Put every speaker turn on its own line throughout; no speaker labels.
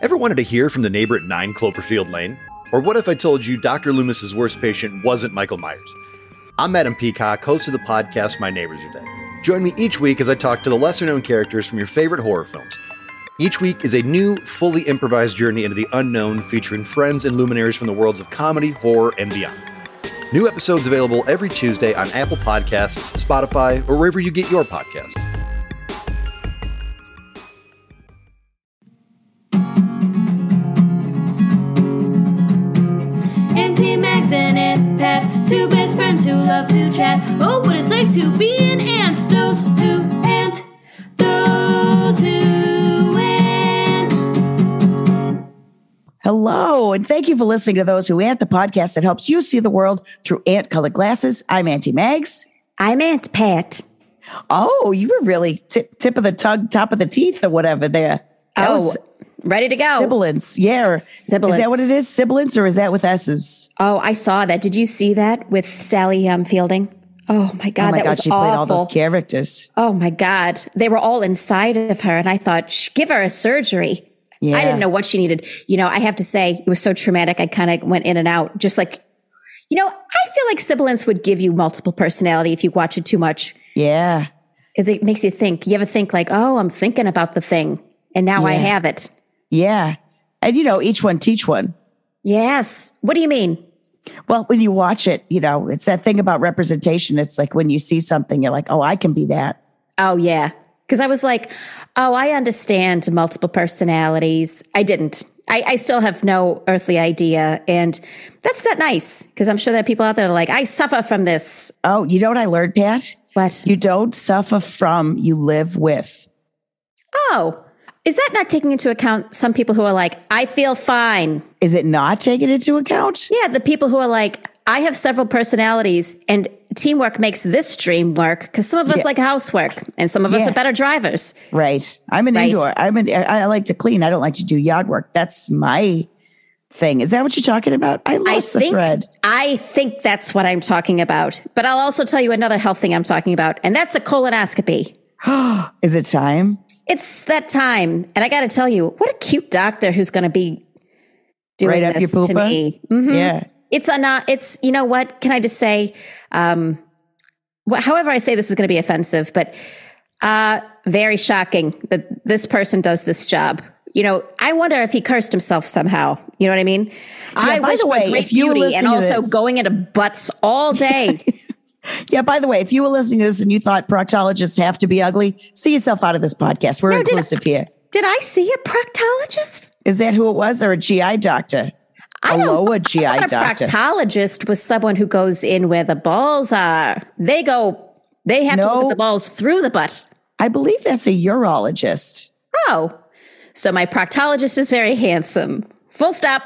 Ever wanted to hear from the neighbor at 9 Cloverfield Lane? Or what if I told you Dr. Loomis's worst patient wasn't Michael Myers? I'm Adam Peacock, host of the podcast My Neighbors Are Dead. Join me each week as I talk to the lesser known characters from your favorite horror films. Each week is a new, fully improvised journey into the unknown featuring friends and luminaries from the worlds of comedy, horror, and beyond. New episodes available every Tuesday on Apple Podcasts, Spotify, or wherever you get your podcasts.
Auntie Max and Aunt Pat, two best friends who love to chat. Oh, what it's like to be an ant, those who ant, those who ant.
Hello, and thank you for listening to Those Who Ant, the podcast that helps you see the world through ant colored glasses. I'm Auntie Mags.
I'm Aunt Pat.
Oh, you were really tip, tip of the tongue, top of the teeth, or whatever there. That
Oh,
was
ready to go.
Sibilance. Yeah. or- Is that
Sibilance.
what it is? Sibilance, or is that with S's?
Oh, I saw that. Did you see that with Sally um, Fielding? Oh my God,
oh my
that
God,
was
she
awful.
played all those characters.
oh my God, they were all inside of her, and I thought, Shh, give her a surgery.
Yeah.
I didn't know what she needed. You know, I have to say, it was so traumatic. I kind of went in and out, just like, you know, I feel like sibilance would give you multiple personality if you watch it too much,
Yeah.
because it makes you think. You ever think like, oh, I'm thinking about the thing, and now I
Yeah.
have it.
Yeah. And, you know, each one teach one.
Yes. What do you mean?
Well, when you watch it, you know, it's that thing about representation. It's like when you see something, you're like, oh, I can be that.
Oh, yeah. Because I was like, oh, I understand multiple personalities. I didn't. I, I still have no earthly idea. And that's not nice because I'm sure there are people out there that are like, I suffer from this.
Oh, you know what I learned, Pat?
What?
You don't suffer from, you live with.
oh, is that not taking into account some people who are like, I feel fine?
Is it not taken into account?
Yeah, the people who are like, I have several personalities and teamwork makes this dream work because some of us
Yeah.
like housework and some of us
Yeah.
are better drivers.
Right. I'm an
Right.
indoor. I'm an. I I like to clean. I don't like to do yard work. That's my thing. Is that what you're talking about? I
I
lost the
think
thread.
I think that's what I'm talking about. But I'll also tell you another health thing I'm talking about, and that's a colonoscopy.
Is it time?
It's that time, and I got to tell you, what a cute doctor who's going to be doing
Right up
this
your
to
pooper?
me. Mhm.
Yeah.
It's a not. It's you know what? Can I just say? Um, wh- however, I say this is going to be offensive, but uh, very shocking that this person does this job. You know, I wonder if he cursed himself somehow. You know what I mean? I
by
wish
the
for
way,
great
if you were
beauty and
listening to
also
this-
going into butts all day.
Yeah. By the way, if you were listening to this and you thought proctologists have to be ugly, see yourself out of this podcast. We're
No, did I-
inclusive here.
Did I see a proctologist?
Is that who it was, or a GI doctor?
I
A
don't-
lower
I
GI
thought a
doctor.
proctologist was someone who goes in where the balls are. They go. They have to look
No.
at the balls through the butt.
I believe that's a urologist
Oh, so my proctologist is very handsome. Full stop.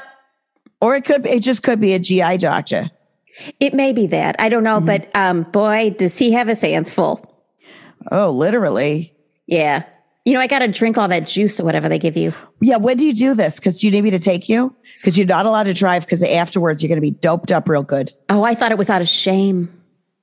or it could be, it just could be a GI doctor.
It may be that I don't know, but um, boy, does he have his hands full.
Oh, literally.
Yeah. You know, I got to drink all that juice or whatever they give you.
Yeah, when do you do this? Because you need me to take you? Because you're not allowed to drive because afterwards you're going to be doped up real good.
Oh, I thought it was out of shame.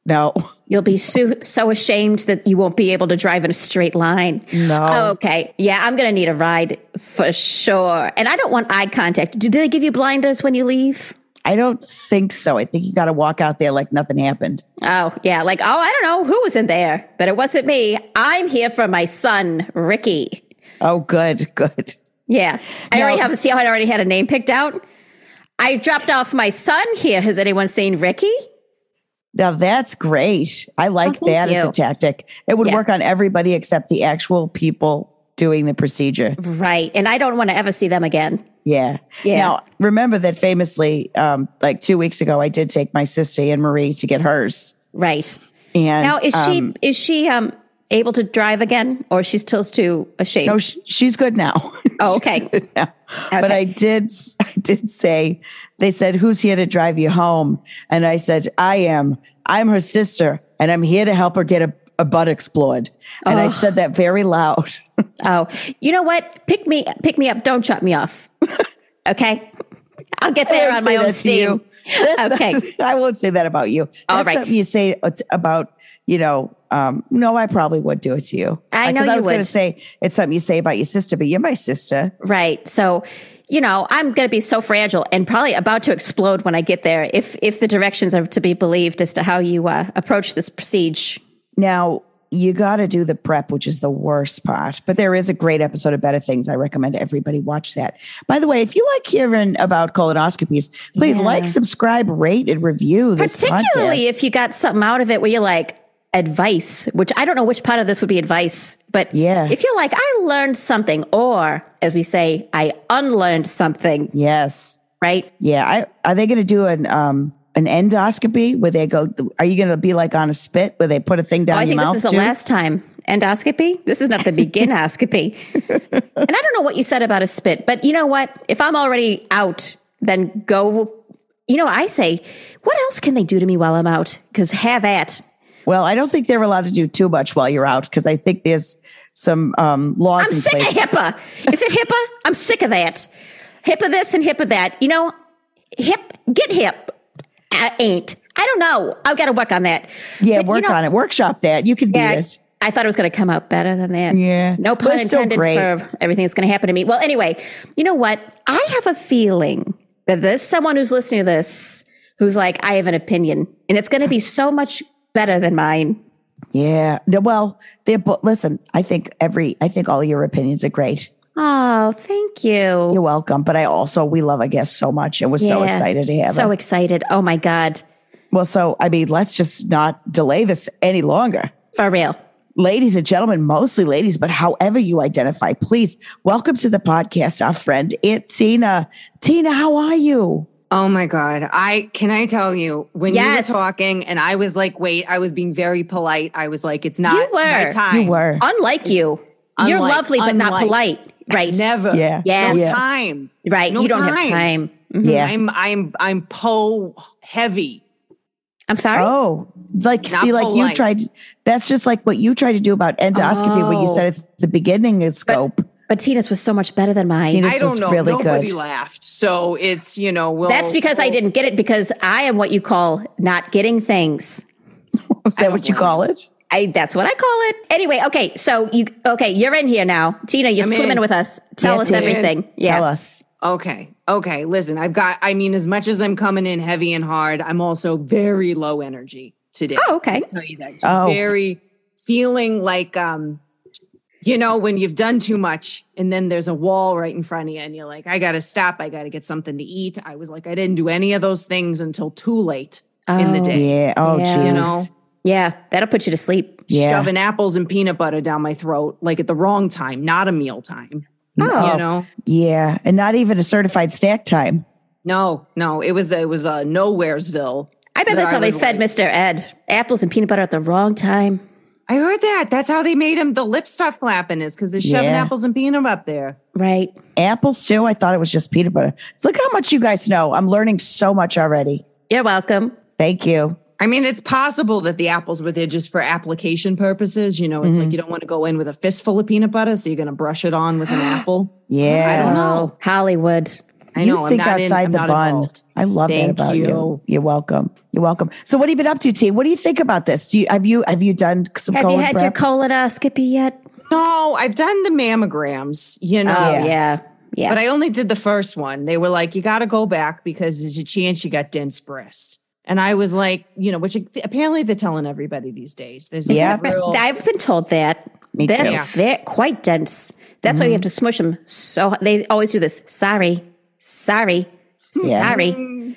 No,
You'll be so, so ashamed that you won't be able to drive in a straight line.
No.
Okay. Yeah, I'm going to need a ride for sure. And I don't want eye contact. Do they give you blinders when you leave?
I don't think so. I think you got to walk out there like nothing happened.
Oh, yeah. Like, oh, I don't know who was in there, but it wasn't me. I'm here for my son, Ricky.
Oh, good, good.
Yeah. I
No.
already have, see how I already had a name picked out? I dropped off my son here. Has anyone seen Ricky?
Now that's great. I like
thank
that as a
you.
tactic. It would
Yeah.
work on everybody except the actual people doing the procedure.
Right. And I don't want to ever see them again.
Yeah.
Yeah.
Now, remember that famously, um, like two weeks ago, I did take my sister and Marie to get hers.
Right.
And
Now is
um,
she is she um able to drive again, or she's still too ashamed?
No, sh- she's good now.
oh, okay.
now. But I did, s- I did say, they said, who's here to drive you home? And I said, I am. I'm her sister, and I'm here to help her get a, a butt explored. And I said that very loud.
Oh, you know what? Pick me, pick me up. Don't shut me off. Okay, I'll get there
I won't
on my
say
own
that to
steam.
you. That's not-
Okay.
I won't say that about you. That's
All right.
something you say it's about you know, um, no, I probably would do it to you.
I know
'cause I
you
was going to
would.
say it's something you say about your sister, but you're my sister.
Right. So, you know, I'm going to be so fragile and probably about to explode when I get there if if the directions are to be believed as to how you uh, approach this siege.
Now, you got to do the prep, which is the worst part. But there is a great episode of Better Things. I recommend everybody watch that. By the way, if you like hearing about colonoscopies, please
Yeah.
like, subscribe, rate, and review this
Particularly
podcast.
if you got something out of it where you're like advice, which I don't know which part of this would be advice, but
Yeah.
if you're like I learned something or as we say I unlearned something,
yes.
right?
Yeah. I, are they going to do an um an endoscopy where they go? Are you going to be like on a spit where they put a thing down
Oh, I
your
think
mouth?
this is the
too?
last time. Endoscopy? This is not the beginoscopy. and I don't know what you said about a spit, but you know what? If I'm already out, then go. You know, I say, what else can they do to me while I'm out? Because have at.
Well, I don't think they're allowed to do too much while you're out because I think there's some um, laws
I'm
in
sick
place.
of HIPAA. Is it HIPAA? I'm sick of that. HIPAA this and HIPAA that. You know, hip, get hip. I ain't. I don't know. I've got to work on that.
yeah,
But, you
work
know,
on it. Workshop that. You can do
Yeah,
it.
I thought it was going to come out better than that.
Yeah.
No
But
pun
it's still
intended
great.
for everything that's going to happen to me. Well, anyway, you know what? I have a feeling that there's someone who's listening to this who's like, I have an opinion, and it's going to be so much better than mine.
Yeah. No, well, they're bo- listen. I think every. I think all your opinions are great.
Oh, thank you.
You're welcome. But I also we love our guests so much, and we're so
Yeah.
excited to have
So
her.
excited. Oh my God.
Well, so I mean, let's just not delay this any longer.
For real.
Ladies and gentlemen, mostly ladies, but however you identify, please welcome to the podcast our friend Aunt Tina. Tina, how are you?
Oh my God. I can I tell you when
Yes.
you were talking and I was like, wait, I was being very polite. I was like, it's not
You were.
my
You
time.
You were.
Unlike you, you're
Unlike-
lovely, but not
unlike.
polite. Right.
Never.
Yeah.
Yes.
No
Yeah.
time.
Right.
No
you don't have
time.
time. Mhm.
Yeah.
I'm I'm I'm po heavy.
I'm sorry.
Oh, like
Not
see, like you
polite.
tried. That's just like what you tried to do about endoscopy when you
Oh.
said it's the beginning of scope.
But Tina's was so much better than mine.
Tina's- This
I don't
was
know.
really
Nobody
good.
laughed. So it's, you know, well
That's because I didn't get it because I am what you call not getting things.
Is that
don't
what you
blame
call it?
I that's what I call it. Anyway, okay, so you okay, you're in here now. Tina, you're
I'm
swimming
in.
with us. Tell
Yeah,
us
Tina.
everything. Yeah.
Tell us.
Okay. Okay. Listen, I've got I mean, as much as I'm coming in heavy and hard, I'm also very low energy today.
Oh, okay.
tell you that. Just
Oh.
very feeling like um, you know, when you've done too much and then there's a wall right in front of you and you're like, I gotta stop, I gotta get something to eat. I was like, I didn't do any of those things until too late in the
Oh,
day.
Yeah. Oh,
Yeah.
geez.
You know?
Yeah, that'll put you to sleep.
Yeah.
Shoving apples and peanut butter down my throat, like at the wrong time, not a meal time.
Oh.
You know?
Yeah. And not even a certified snack time.
No, no, it was it was a nowheresville.
I bet
That
that's how
I
they
was
fed
like-
Mr. Ed. Apples and peanut butter at the wrong time.
I heard that. That's how they made him the lip stop flapping is because they're shoving
Yeah.
apples and peanut up there.
Right.
Apples too. I thought it was just peanut butter. Look how much you guys know. I'm learning so much already.
You're welcome.
Thank you.
I mean, it's possible that the apples were there just for application purposes. You know, it's
Mm-hmm.
like you don't want to go in with a fistful of peanut butter, so you're going to brush it on with an apple.
Yeah.
I don't know.
Oh, Hollywood.
I
you
know.
think
I'm not in-
outside
I'm
the
not
bun.
involved.
I love that
Thank
about you.
you.
are welcome. You're welcome. So, what have you been up to, T? What do you think about this? Do you have you have you done some
Have you
colon
had your
prep?
colonoscopy yet?
No, I've done the mammograms. You know.
Oh
Yeah.
yeah. Yeah.
But I only did the first one. They were like, you got to go back because there's a chance you got dense breasts. And I was like, you know, which apparently they're telling everybody these days. There's this
Yeah.
real-
I've been told that.
Me
They're
too.
Yeah.
ve- quite dense. That's why you have to smush them. So they always do this. Sorry, sorry,
Yeah. Mm.
sorry.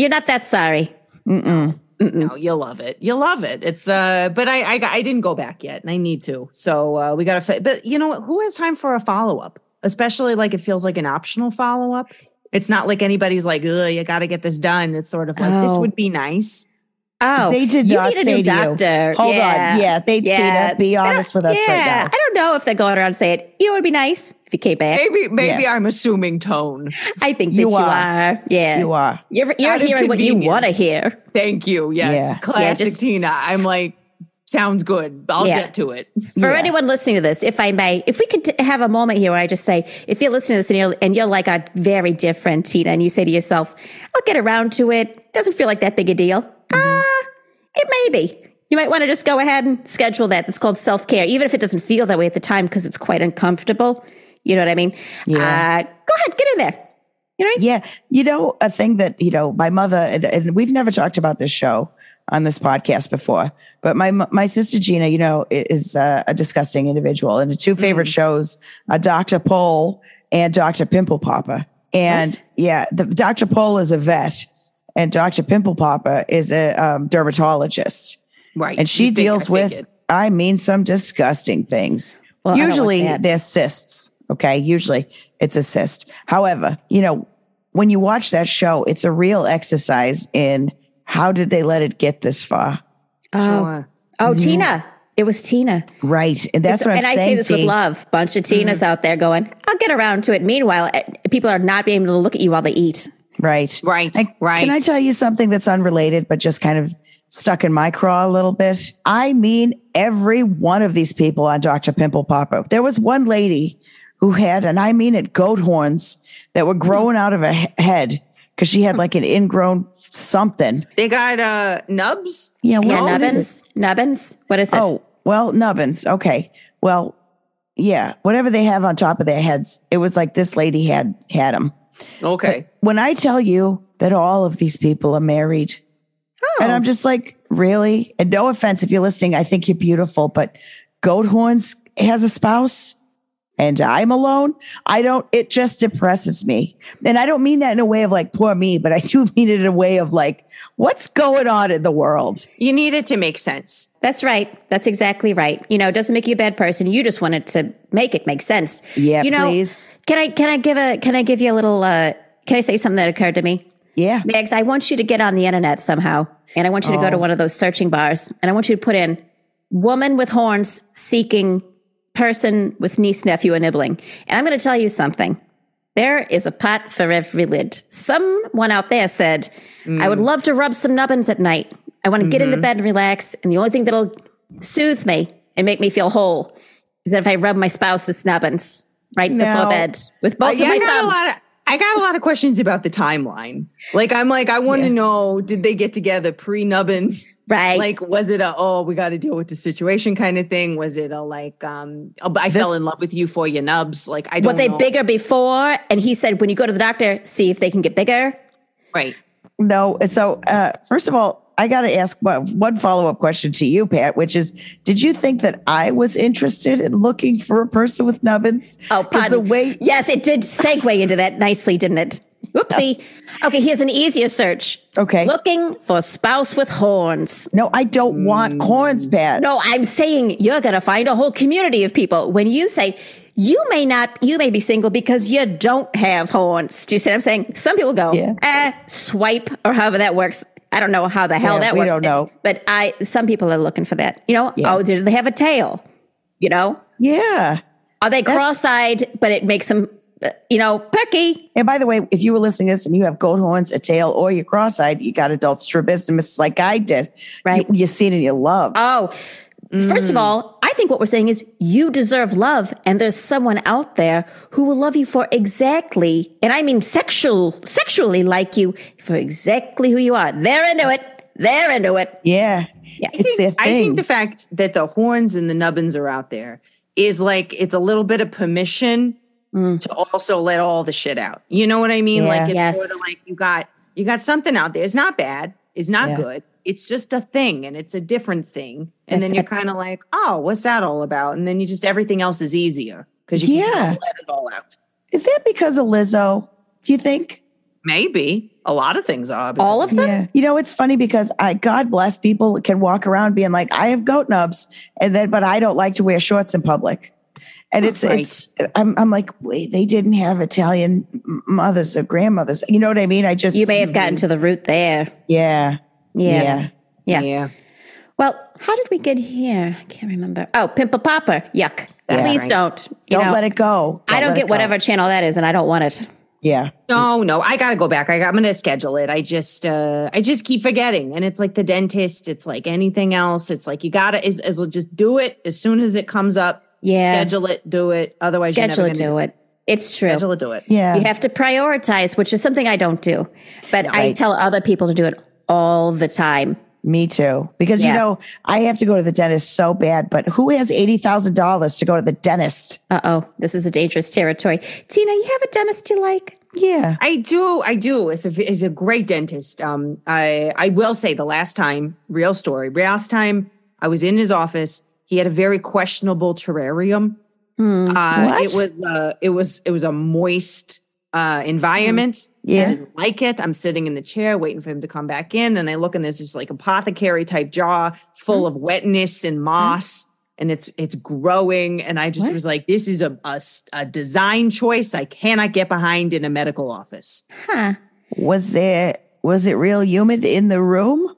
You're not that sorry.
Mm-mm.
No, you'll love it. You'll love it. It's uh, but I I, got- I didn't go back yet, and I need to. So uh, we got to. Fi- but you know what? Who has time for a follow up? Especially like it feels like an optional follow up. It's not like anybody's like, oh, you got to get this done. It's sort of like this
Oh.
would be nice.
Oh,
They did
you
not
need a
say
new
to you,
doctor.
Hold
yeah.
on. Yeah, they
Yeah.
Tina, be honest with us right
Yeah.
now.
I don't know if they're going around saying, you know, it'd be nice if you came back.
Maybe maybe I'm assuming tone.
I think that
You
you,
are.
are. Yeah.
You are.
You're, you're
Out of
hearing what you
convenience.
want to hear.
Thank you. Yes,
Yeah. Yeah,
classic
just-
Tina. I'm like, sounds good. I'll
Yeah.
get to it.
For
Yeah.
anyone listening to this, if I may, if we could t- have a moment here where I just say, if you're listening to this and you're, and you're like a very different Tina, and you say to
Mm-hmm.
yourself, I'll get around to it. Doesn't feel like that big a deal. Ah, it may be. You might want to just go ahead and schedule that. It's called self care, even if it doesn't feel that way at the time because it's quite uncomfortable. You know what I mean?
Yeah.
Uh, go ahead, get in there. You know what I mean?
Yeah. You know, a thing that, you know, my mother, and, and we've never talked about this show on this podcast before, but my, my sister Gina, you know, i- is uh, a disgusting individual. And the two favorite shows are Dr. Pole and Dr. Pimple Popper. And
Nice.
yeah, the Dr. Pole is a vet and Dr. Pimple Popper is a um, dermatologist.
Right.
And she
You figure,
deals
I
with,
figured.
I mean, some disgusting things.
Well, I don't want
Usually
that.
they're cysts. Okay. Usually it's a cyst. However, you know, when you watch that show, it's a real exercise in how did they let it get this far?
Oh,
Sure.
oh Tina. It was Tina.
Right. And that's
So-
what I'm
and
saying.
I say this with
T. Mm.
love. Bunch of Tinas out there going, I'll get around to it. Meanwhile, eh, people are not being able to look at you while they eat.
Right.
Right.
I-
right.
Can I tell you something that's unrelated, but just kind of stuck in my craw a little bit? I mean, every one of these people on Dr. Pimple Popper. There was one lady who had, and I mean it, goat horns that were growing out of her he- head because she had like an ingrown something.
They got uh nubs.
Yeah,
Yeah,
well, what is it?
nubbins. Nubbins. What is it?
Oh, well, nubbins. Okay. Well, yeah, whatever they have on top of their heads, it was like this lady had had them.
Okay.
When I tell you that all of these people are married, And
Oh.
I'm just like, really? And no offense if you're listening, I think you're beautiful, but Goat Horns has a spouse and I'm alone. I don't, it just depresses me. And I don't mean that in a way of like, poor me, but I do mean it in a way of like, what's going on in the world?
You need it to make sense.
That's right. That's exactly right. You know, it doesn't make you a bad person. You just wanted to make it make sense.
Yeah,
you know,
please.
Can I can I give a can I give you a little uh can I say something that occurred to me?
Yeah.
Megs, I want you to get on the internet somehow. And I want you to go
Oh.
to one of those searching bars and I want you to put in woman with horns seeking person with niece, nephew, and nibbling. And I'm gonna tell you something. There is a pot for every lid. Someone out there said, I
Mm.
would love to rub some nubbins at night. I want to get
Mm-hmm.
into bed and relax. And the only thing that'll soothe me and make me feel whole is that if I rub my spouse's nubbins right
No.
before bed with both
Uh, yeah, I
of my
got a
thumbs.
lot of I got a lot of questions about the timeline. Like I'm like, I want to know, did they get together pre-nubbin?
right.
like was it a oh we got to deal with the situation kind of thing was it a like um oh, i fell in love with you for your nubs like i don't
were they
know.
bigger before? And he said, when you go to the doctor, see if they can get bigger.
right
No. So, uh, first of all, I got to ask one, one follow up question to you, Pat, which is Did you think that I was interested in looking for a person with nubbins?
Oh,
'Cause
pardon.
The way
yes, it did segue into that nicely, didn't it? Whoopsie. Okay, here's an easier search.
Okay.
Looking for spouse with horns.
No, I don't want horns, Pat.
No, I'm saying you're going to find a whole community of people when you say you may not, you may be single because you don't have horns. Do you see what I'm saying? Some people go,
Yeah.
eh, swipe or however that works. I don't know how the hell
Yeah,
that
we
works.
don't know.
But I, some people are looking for that. You know,
Yeah.
oh, do they have a tail? You know,
Yeah.
are they cross-eyed? But it makes them, uh, you know, perky.
And by the way, if you were listening to this and you have goat horns, a tail, or you're cross-eyed, you got adult strabismus like I did.
Right.
You, you seen it, you love.
Oh, first
Mm.
of all, I think what we're saying is you deserve love, and there's someone out there who will love you for exactly, and I mean sexual, sexually like you for exactly who you are. They're into it. They're into it.
yeah. Yeah. It's their
i
thing.
think the fact that the horns and the nubbins are out there is like it's a little bit of permission to also let all the shit out you know what i mean
Mm. Yeah.
like it's
Yes.
sort of like you got you got something out there it's not bad it's not
Yeah.
good it's just a thing and it's a different thing and
That's
then you're
it.
kind of like oh what's that all about and then you just everything else is easier because you can
Yeah.
kinda let it all out
is that because of Lizzo? Do you think?
Maybe a lot of things are because
All of them.
Yeah. You know, it's funny because I God bless people can walk around being like, I have goat nubs, and then but I don't like to wear shorts in public. And it's
Right.
it's I'm I'm like, wait, they didn't have Italian m- mothers or grandmothers. You know what I mean? I just
You may have gotten to the root there.
Yeah.
Yeah.
Yeah.
Yeah.
yeah.
Well, how did we get here? I can't remember. Oh, Pimple Popper. Yuck. Please
right.
don't. You
Don't
know,
let it go.
I don't
let it
get
go.
whatever channel that is, and I don't want it.
Yeah.
No, no, I gotta go back. I got, I'm gonna schedule it. I just, uh, I just keep forgetting, and it's like the dentist. It's like anything else. It's like you gotta is, is well, just do it as soon as it comes up.
Yeah.
schedule it, do it. Otherwise,
Schedule
you're
it,
never gonna
do it. It's true.
Schedule it, do it.
Yeah.
You have to prioritize, which is something I don't do, but I
Right.
tell other people to do it all the time.
Me too. Because,
Yeah.
you know, I have to go to the dentist so bad, but who has $80,000 to go to the dentist?
Uh oh, this is a dangerous territory. Tina, you have a dentist you like?
Yeah.
I do. I do. It's a it's a great dentist. Um, I I will say the last time, real story. Last time I was in his office, he had a very questionable terrarium.
Hmm.
Uh,
What?
it was uh, it was it was a moist uh, environment. I
Mm-hmm. Yeah.
didn't like it. I'm sitting in the chair waiting for him to come back in, and I look and there's just like apothecary type jar full
Mm-hmm.
of wetness and moss, and it's it's growing. And I just
What?
was like, this is a, a s- a design choice I cannot get behind in a medical office.
Huh.
Was there, was it real humid in the room?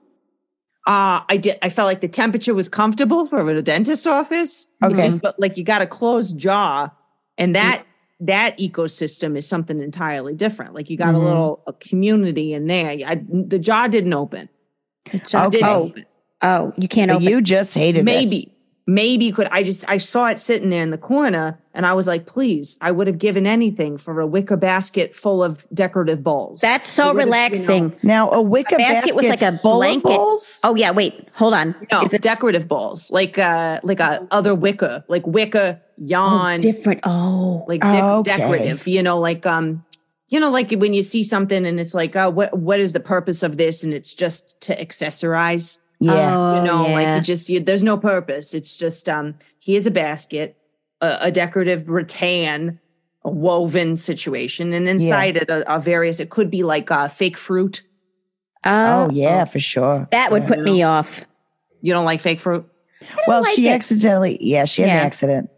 Uh, I did. I felt like the temperature was comfortable for a dentist's office. It's
Okay.
just, but like you got a closed jaw, and that that ecosystem is something entirely different. Like you got a
Mhm.
little a community in there. I, the jaw didn't open.
The jaw
Okay.
didn't open. Oh, you can't
But
open.
you just hated it.
maybe, maybe could I just I saw it sitting there in the corner, and I was like, please, I would have given anything for a wicker basket full of decorative balls.
That's so
You would've, you know-
relaxing.
Now, a wicker
basket
basket,
with, like, a
full of
blanket.
balls?
Oh yeah, wait, hold on.
no,
Is it
decorative balls, like uh, like a other wicker, like wicker
oh,
yarn.
different? Oh,
like dec-
Okay.
decorative you know like um you know like when you see something and it's like oh what what is the purpose of this and it's just to accessorize
Yeah.
Oh,
you know like
yeah.
you just you, there's no purpose it's just um here's a basket a, a decorative rattan a woven situation and inside it are, are various it could be like uh fake fruit
oh,
oh, yeah, for sure.
that would
Yeah.
put me off.
you don't like fake fruit
Well,
like
she
it.
accidentally, yeah, she had
Yeah.
an accident.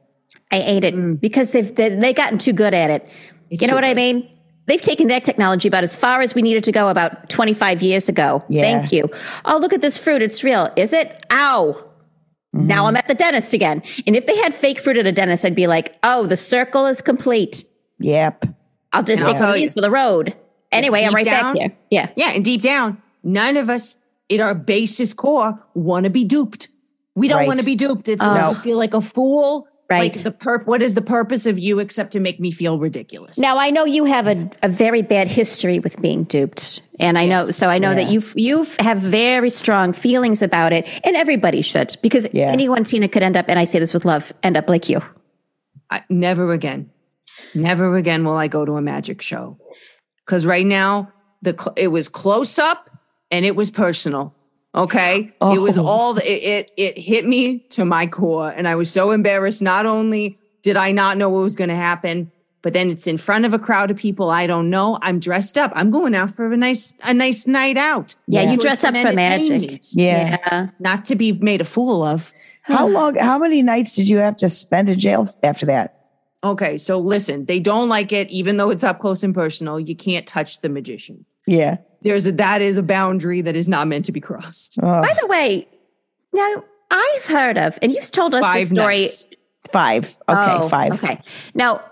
I ate it
Mm.
because they've they, they've gotten too good at it.
It's
you know
too
what I
good.
mean? They've taken that technology about as far as we needed to go about 25 years ago.
Yeah.
Thank you. Oh, look at this fruit. It's real. Is it? Ow.
Mm-hmm.
Now I'm at the dentist again. And if they had fake fruit at a dentist, I'd be like, oh, the circle is complete.
Yep.
I'll just
And I'll
take
tell
one of
you.
these for the road. Anyway, I'm
deep
right
down-
back here. Yeah.
yeah and deep down none of us in our basis core want to be duped we don't
Right.
want to be duped it's
Oh.
like you feel like a fool
Right.
Like the perp, what is the purpose of you except to make me feel ridiculous?
Now I know you have a, a very bad history with being duped, and I know so I know that you you have very strong feelings about it, and everybody should because
Yeah.
anyone Tina could end up, and I say this with love, end up like you.
I, never again, never again will I go to a magic show. Because right now, the cl- it was close up and it was personal. Okay, it was
Oh.
all the, it, it it hit me to my core, and I was so embarrassed. Not only did I not know what was going to happen, but then it's in front of a crowd of people I don't know. I'm dressed up. I'm going out for a nice a nice night out.
Yeah, you
Which
dress
can
up for
entertain
magic.
me,
Yeah.
not to be made a fool of.
How long, how many nights did you have to spend in jail after that?
Okay, so listen, they don't like it, even though it's up close and personal. You can't touch the magician.
Yeah.
There's a that is a boundary that is not meant to be crossed.
Oh,
By the way, now I've heard of, and you've told us
Five
this story.
nights.
five. Okay,
Oh,
five.
Okay. Now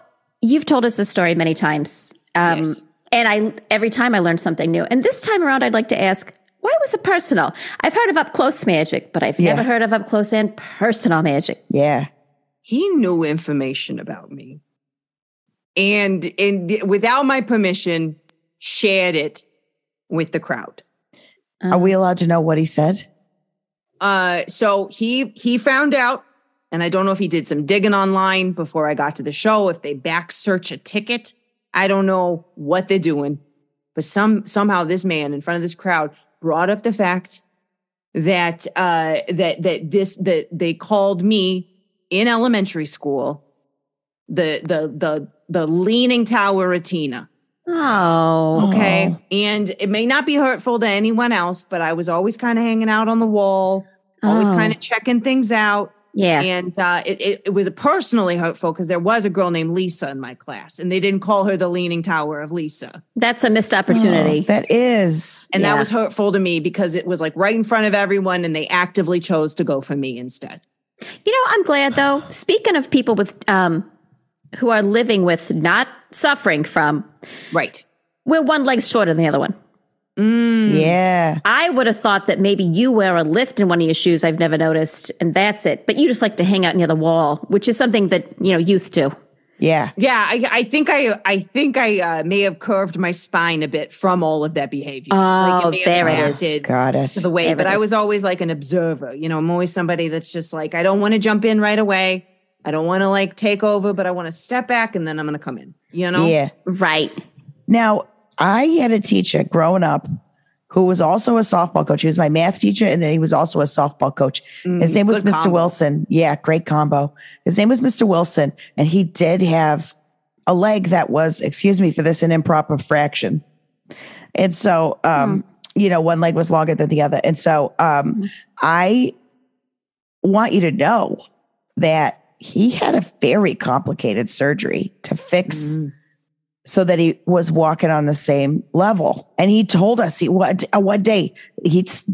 you've told us this story many times, um,
Yes.
and I every time I learn something new. And this time around, I'd like to ask. Why was it personal? I've heard of up close magic, but I've
Yeah.
never heard of up close and personal magic.
Yeah.
He knew information about me, and and without my permission, shared it with the crowd.
Are we allowed to know what he said?
Uh, so he he found out, and I don't know if he did some digging online before I got to the show. If they back search a ticket, I don't know what they're doing, but some somehow this man in front of this crowd brought up the fact that uh, that that this that they called me in elementary school the the the the leaning tower Atina.
Oh,
Okay. And it may not be hurtful to anyone else, but I was always kind of hanging out on the wall, always
Oh.
kind of checking things out.
yeah.
And uh, it, it, it was personally hurtful because there was a girl named Lisa in my class, and they didn't call her the Leaning Tower of Lisa.
That's a missed opportunity.
Oh, that is.
And
Yeah.
that was hurtful to me because it was like right in front of everyone, and they actively chose to go for me instead.
you know, I'm glad though. Speaking of people with um who are living with not suffering from,
Right.
we're one leg shorter than the other one.
Yeah.
I would have thought that maybe you wear a lift in one of your shoes I've never noticed, and that's it. But you just like to hang out near the wall, which is something that, you know, youth do.
Yeah.
Yeah, I, I think I I think I uh, may have curved my spine a bit from all of that behavior.
Oh,
may have
there it
adapted
is.
Got it.
To the way,
There
but
it
I
is.
was always like an observer. You know, I'm always somebody that's just like I don't want to jump in right away. I don't want to like take over, but I want to step back and then I'm going to come in. You know?
Yeah.
Right.
Now, I had a teacher growing up who was also a softball coach. He was my math teacher, and then he was also a softball coach. His name was
Mm, good
Mr.
combo.
Wilson. Yeah, great combo. His name was Mr. Wilson, and he did have a leg that was, excuse me for this, an improper fraction. And so, um,
Hmm.
you know, one leg was longer than the other. And so, um, I want you to know that he had a very complicated surgery to fix
Mm.
so that he was walking on the same level. And he told us he what uh, one day he's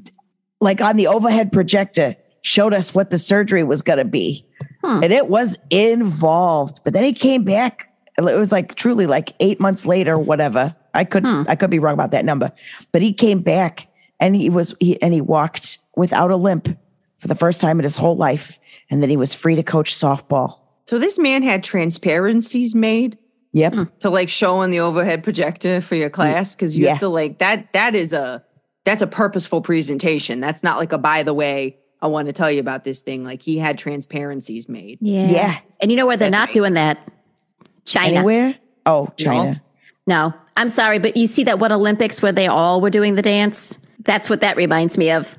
like on the overhead projector showed us what the surgery was going to be,
Hmm.
and it was involved. But then he came back. It was like truly like eight months later, whatever. I could
Hmm.
I could be wrong about that number, but he came back and he was he and he walked without a limp for the first time in his whole life, and then he was free to coach softball.
So this man had transparencies made
Yep.
to like show on the overhead projector for your class because you
yeah.
have to like that that is a that's a purposeful presentation that's not like a by the way i want to tell you about this thing like he had transparencies made
Yeah.
Yeah.
And you know where they're not doing that? China.
Anywhere? Oh, China.
No, I'm sorry, but you see that one Olympics where they all were doing the dance? That's what that reminds me of.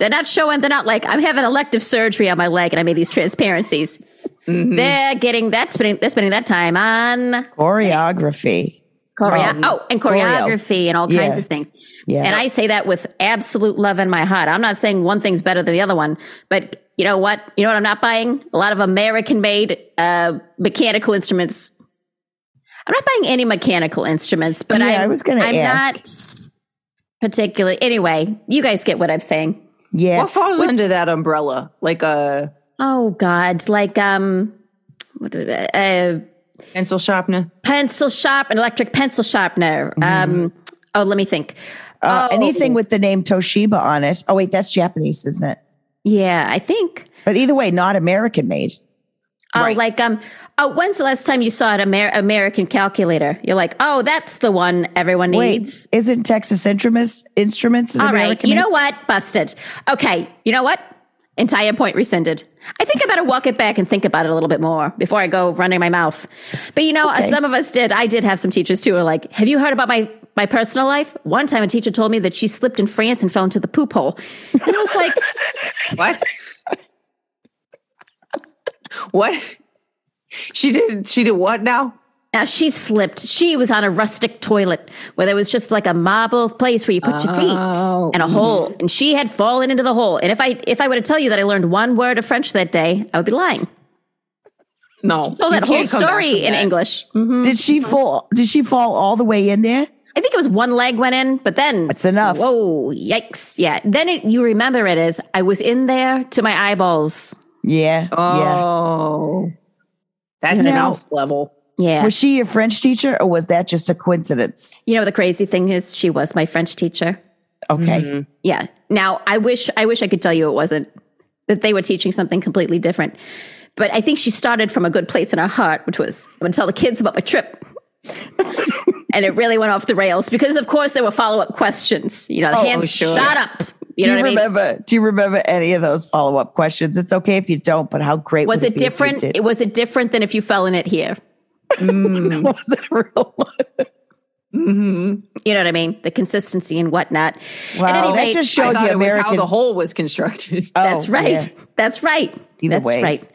They're not showing, they're not like, I'm having elective surgery on my leg and I made these transparencies. They're getting that spending they're spending that time on
Choreography.
choreo-
Um,
oh, and choreography and all kinds
Yeah.
of things.
Yeah.
And I say that with absolute love in my heart. I'm not saying one thing's better than the other one, but you know what? You know what I'm not buying? A lot of American made uh, mechanical instruments. I'm not buying any mechanical instruments, but
Yeah,
I'm,
I was gonna
I'm
ask.
not particularly. Anyway, you guys get what I'm saying.
Yeah.
what falls under that umbrella like a
Oh God, like um, what, uh,
pencil sharpener
pencil sharp, an electric pencil sharpener.
Mm-hmm.
Um, oh, let me think.
Uh,
Oh,
Anything with the name Toshiba on it. Oh, wait, that's Japanese, isn't it?
yeah, I think.
But either way, not American made.
Oh,
Right.
like um. Oh, when's the last time you saw an Amer- American calculator? You're like, oh, that's the one everyone needs.
Wait, isn't Texas Instruments Instruments an
All right,
American
you know
made?
what? Busted. Okay, you know what? Entire point rescinded. I think I better walk it back and think about it a little bit more before I go running my mouth. But you know, uh,
Okay.
some of us did. I did have some teachers too. who Are like, have you heard about my my personal life? One time, a teacher told me that she slipped in France and fell into the poop hole. And it was like,
what what she did she did what now
Now she slipped. She was on a rustic toilet where there was just like a marble place where you put your feet and a
Mm-hmm.
hole. And she had fallen into the hole. And if I if I were to tell you that I learned one word of French that day, I would be lying.
no
Oh,
you
that whole
can't come back from
story in
that.
English. Mhm.
Did she fall? Did she fall all the way in there?
I think it was one leg went in, but then
That's enough.
Whoa, yikes! Yeah. Then it, you remember it as I was in there to my eyeballs.
Yeah.
oh that's
You
an
know-
elf level
Yeah.
yeah. Was she your French teacher or was that just a coincidence?
you know the crazy thing is, she was my French teacher.
Okay.
Mm-hmm. Yeah. Now I wish I wish I could tell you it wasn't that they were teaching something completely different. But I think she started from a good place in her heart, which was I'm gonna tell the kids about my trip. and it really went off the rails because of course there were follow-up questions. You know, the
Oh,
hands
sure.
shot up. You
do
know
you
what I mean?
remember? Do you remember any of those follow up questions? It's okay if you don't, but how great
Was
would be if
it
you
different?
did?
It was it different than if you fell in it here?
was it real?
You know what I mean? The consistency and whatnot.
Wow,
At any
that
rate,
just
I
shows
thought
the
it was how
American.
the hole was constructed
Oh,
that's right.
yeah.
That's right.
Either
that's
way. Oh.
right.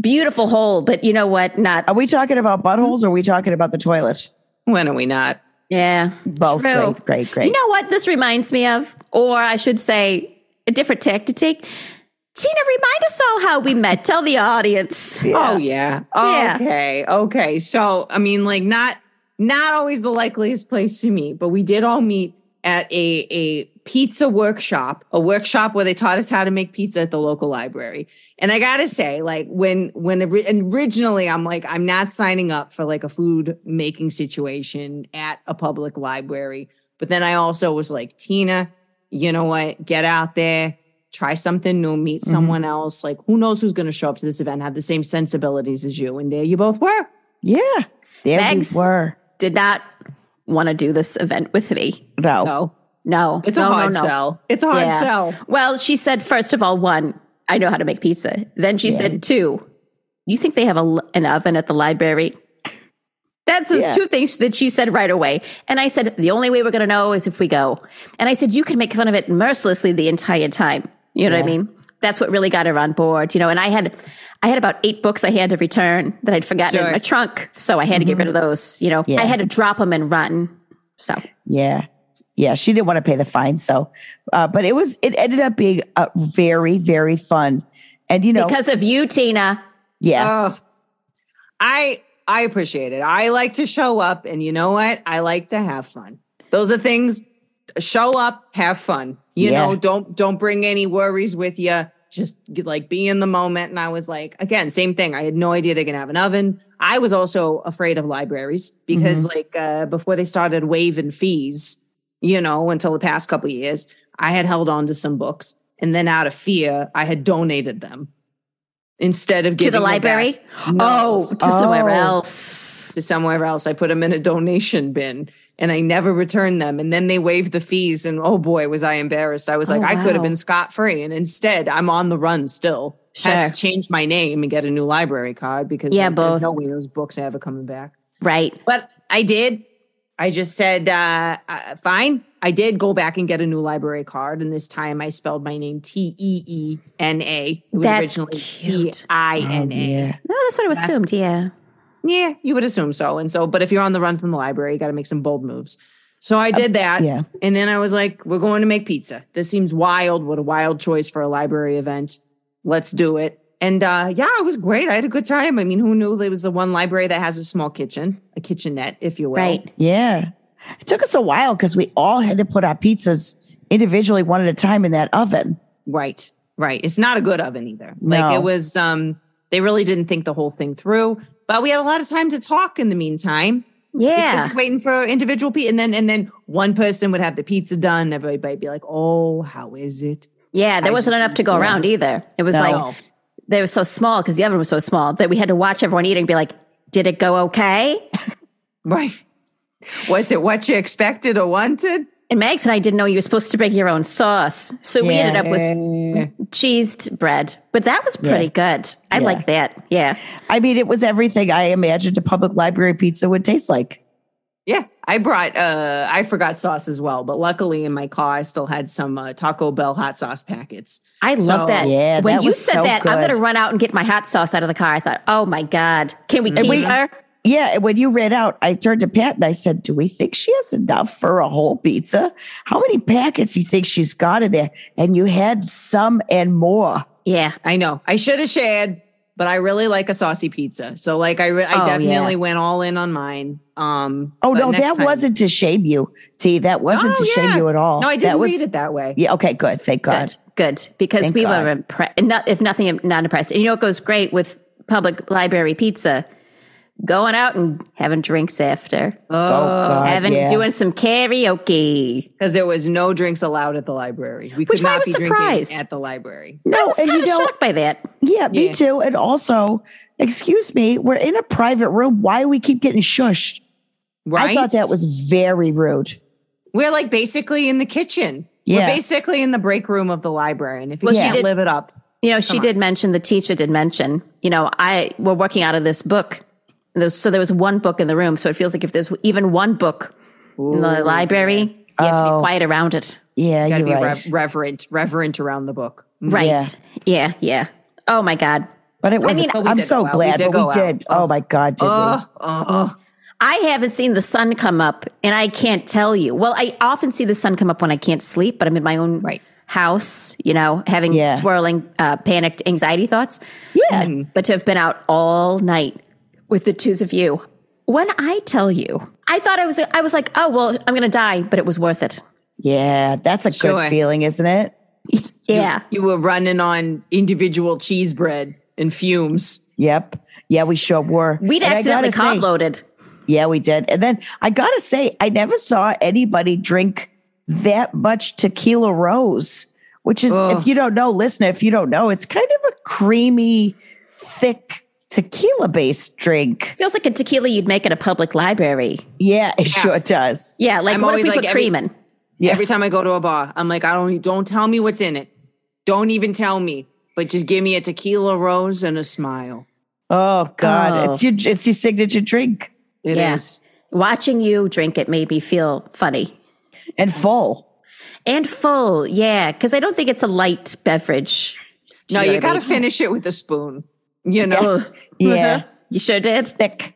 Beautiful hole, but you know what? Not
Are we talking about buttholes or are we talking about the toilet?
when are we not
Yeah.
Both.
True.
Great, great, great.
You know what this reminds me of? Or I should say, a different tactic. to take. Tina, remind us all how we met. Tell the audience.
Oh yeah.
Yeah.
Okay. Okay. So I mean, like not not always the likeliest place to meet, but we did all meet at a a pizza workshop, a workshop where they taught us how to make pizza at the local library. And I gotta say, like when when ori- and originally I'm like I'm not signing up for like a food making situation at a public library, but then I also was like Tina, you know what? Get out there try something new, meet
Mm-hmm.
someone else. Like, who knows who's going to show up to this event, have the same sensibilities as you. And there you both were.
Yeah. There
Megs.
we were.
Did not want to do this event with me.
No.
No,
No.
it's
no,
a
no,
hard
no.
sell. It's a hard
Yeah.
sell.
Well, she said, first of all, one, I know how to make pizza. Then she said, two, you think they have a, l- an oven at the library? That's the
Yeah.
two things that she said right away. And I said, the only way we're going to know is if we go. And I said, you can make fun of it mercilessly the entire time. You know what I mean? That's what really got her on board, you know. And I had, I had about eight books I had to return that I'd forgotten
Sure.
in my trunk, so I had to get rid of those. You know,
Mm-hmm. Yeah.
I had to drop them and run. So
Yeah. Yeah. She didn't want to pay the fine. So, uh, but it was, it ended up being uh, very, very fun. And, you know,
because of you, Tina,
yes.
I I appreciate it. I like to show up, and you know what? I like to have fun. Those are things. Show up, have fun. You
Yeah.
know, don't don't bring any worries with you. Just get, like be in the moment. And I was like, again, same thing. I had no idea they're gonna have an oven. I was also afraid of libraries because,
Mm-hmm.
like, uh, before they started waiving fees, you know, until the past couple of years, I had held on to some books, and then out of fear, I had donated them instead
to
of giving
the
them back
library.
No.
Oh, to somewhere
Oh.
else.
to somewhere else. I put them in a donation bin and I never returned them. And then they waived the fees. And oh boy, was I embarrassed. I was
Oh,
like, I could
wow.
have been scot free. And instead, I'm on the run still.
Sure.
Had to change my name and get a new library card because
Yeah,
like, there's
both.
no way those books are ever coming back.
Right.
But I did. I just said, uh, uh, fine. I did go back and get a new library card. And this time I spelled my name T E E N A. It was
That's
originally T
cute.
I
Oh,
N A.
yeah.
No, that's what I assumed. Yeah.
Yeah, you would assume so. And so, but if you're on the run from the library, you got to make some bold moves. So I did that.
yeah.
And then I was like, we're going to make pizza. This seems wild. What a wild choice for a library event. Let's do it. And uh, yeah, it was great. I had a good time. I mean, who knew there was the one library that has a small kitchen, a kitchenette, if you will.
Right.
Yeah. It took us a while because we all had to put our pizzas individually, one at a time in that oven.
Right. Right. It's not a good oven either.
No.
Like it was um they really didn't think the whole thing through, but we had a lot of time to talk in the meantime.
Yeah.
Because we're waiting for individual pizza. And then and then one person would have the pizza done. Everybody would be like, oh, how is it?
yeah. There wasn't enough to go around either. It was
No.
like they were so small because the oven was so small that we had to watch everyone eating and be like, did it go okay?
Right. Was it what you expected or wanted?
And Mags and I didn't know you were supposed to bring your own sauce. So we ended up with cheesed bread, but that was pretty good. I
Yeah.
like that. Yeah.
I mean, it was everything I imagined a public library pizza would taste like.
Yeah. I brought uh I forgot sauce as well, but luckily in my car I still had some uh, Taco Bell hot sauce packets.
I love
So-
that.
Yeah,
when
that
you
was
said
so
that, I'm
good.
going to run out and get my hot sauce out of the car. I thought, oh my God, can we keep
we-
her?
Yeah. And when you ran out, I turned to Pat and I said, Do we think she has enough for a whole pizza? How many packets do you think she's got in there? And you had some and more.
Yeah.
I know. I should have shared, but I really like a saucy pizza. So like I re- I
Oh,
definitely went all in on mine. Um
Oh,
but
no,
next
that
time-
wasn't to shame you, T. That wasn't
Oh,
to
yeah.
shame you at all.
No, I
That
didn't
was-
read it that way.
Yeah. Okay. Good. Thank God.
Good, good, because
Thank
we
God.
were impressed. Not, if nothing, not impressed. And you know what goes great with public library pizza? Going out and having drinks after,
Oh, God.
having
yeah.
doing some karaoke.
because there was no drinks allowed at the library. We could
Which I
not
was
be
surprised.
drinking at the library.
no,
I was
Oh, and
kind
you
of
know,
shocked by that.
yeah, me
Yeah.
too. And also, excuse me, we're in a private room. Why do we keep getting shushed?
Right?
I thought that was very rude.
We're like basically in the kitchen.
Yeah.
We're basically in the break room of the library, and if you
Well, she
can't
did-
live it up,
You know, she did mention the teacher did mention. You know, I we're working out of this book. And there's- So there was one book in the room. So it feels like if there's even one book in the library, you have to be
Oh.
quiet around it.
Yeah, you're
you gotta be
right.
rev- reverent, reverent around the book.
Right?
Yeah.
yeah, yeah. Oh my god.
But it was.
mean,
but we
I'm
did
so
go out. We
glad, but
did go
we
out.
did. Oh. my god, did
Oh, oh, oh.
I haven't seen the sun come up, and I can't tell you. Well, I often see the sun come up when I can't sleep, but I'm in my own
Right.
house, you know, having
Yeah.
swirling, uh, panicked anxiety thoughts.
we? Yeah,
Hmm.
But to have been out all night with the twos of you, when I tell you, I thought I was, I was like, oh well, I'm gonna die, but it was worth it.
yeah. That's a
Sure.
good feeling, isn't it?
Yeah,
You were running on individual cheese bread and fumes.
Yep. Yeah, we sure were.
we'd
And I
accidentally
gotta
cop
say-
loaded.
Yeah, we did. And then I gotta say, I never saw anybody drink that much tequila rose, which is,
Ugh.
if you don't know, listener, if you don't know, it's kind of a creamy, thick tequila based drink.
Feels like a tequila you'd make at a public library.
Yeah, it sure does.
Yeah, like
I'm
what if
always
we
like
put
every-
cream in?
Yeah.
Every time I go to a bar, I'm like, I don't e-, don't tell me what's in it. Don't even tell me, but just give me a tequila rose and a smile.
Oh God,
Oh.
it's your it's your signature drink
It is.
Yeah. Watching you drink it made me feel funny
and full.
and full. Yeah, because I don't think it's a light beverage. Do
No,
know
you
what I
got to
mean?
finish it with a spoon. You know,
Ugh.
Uh-huh.
Yeah,
You sure did.
thick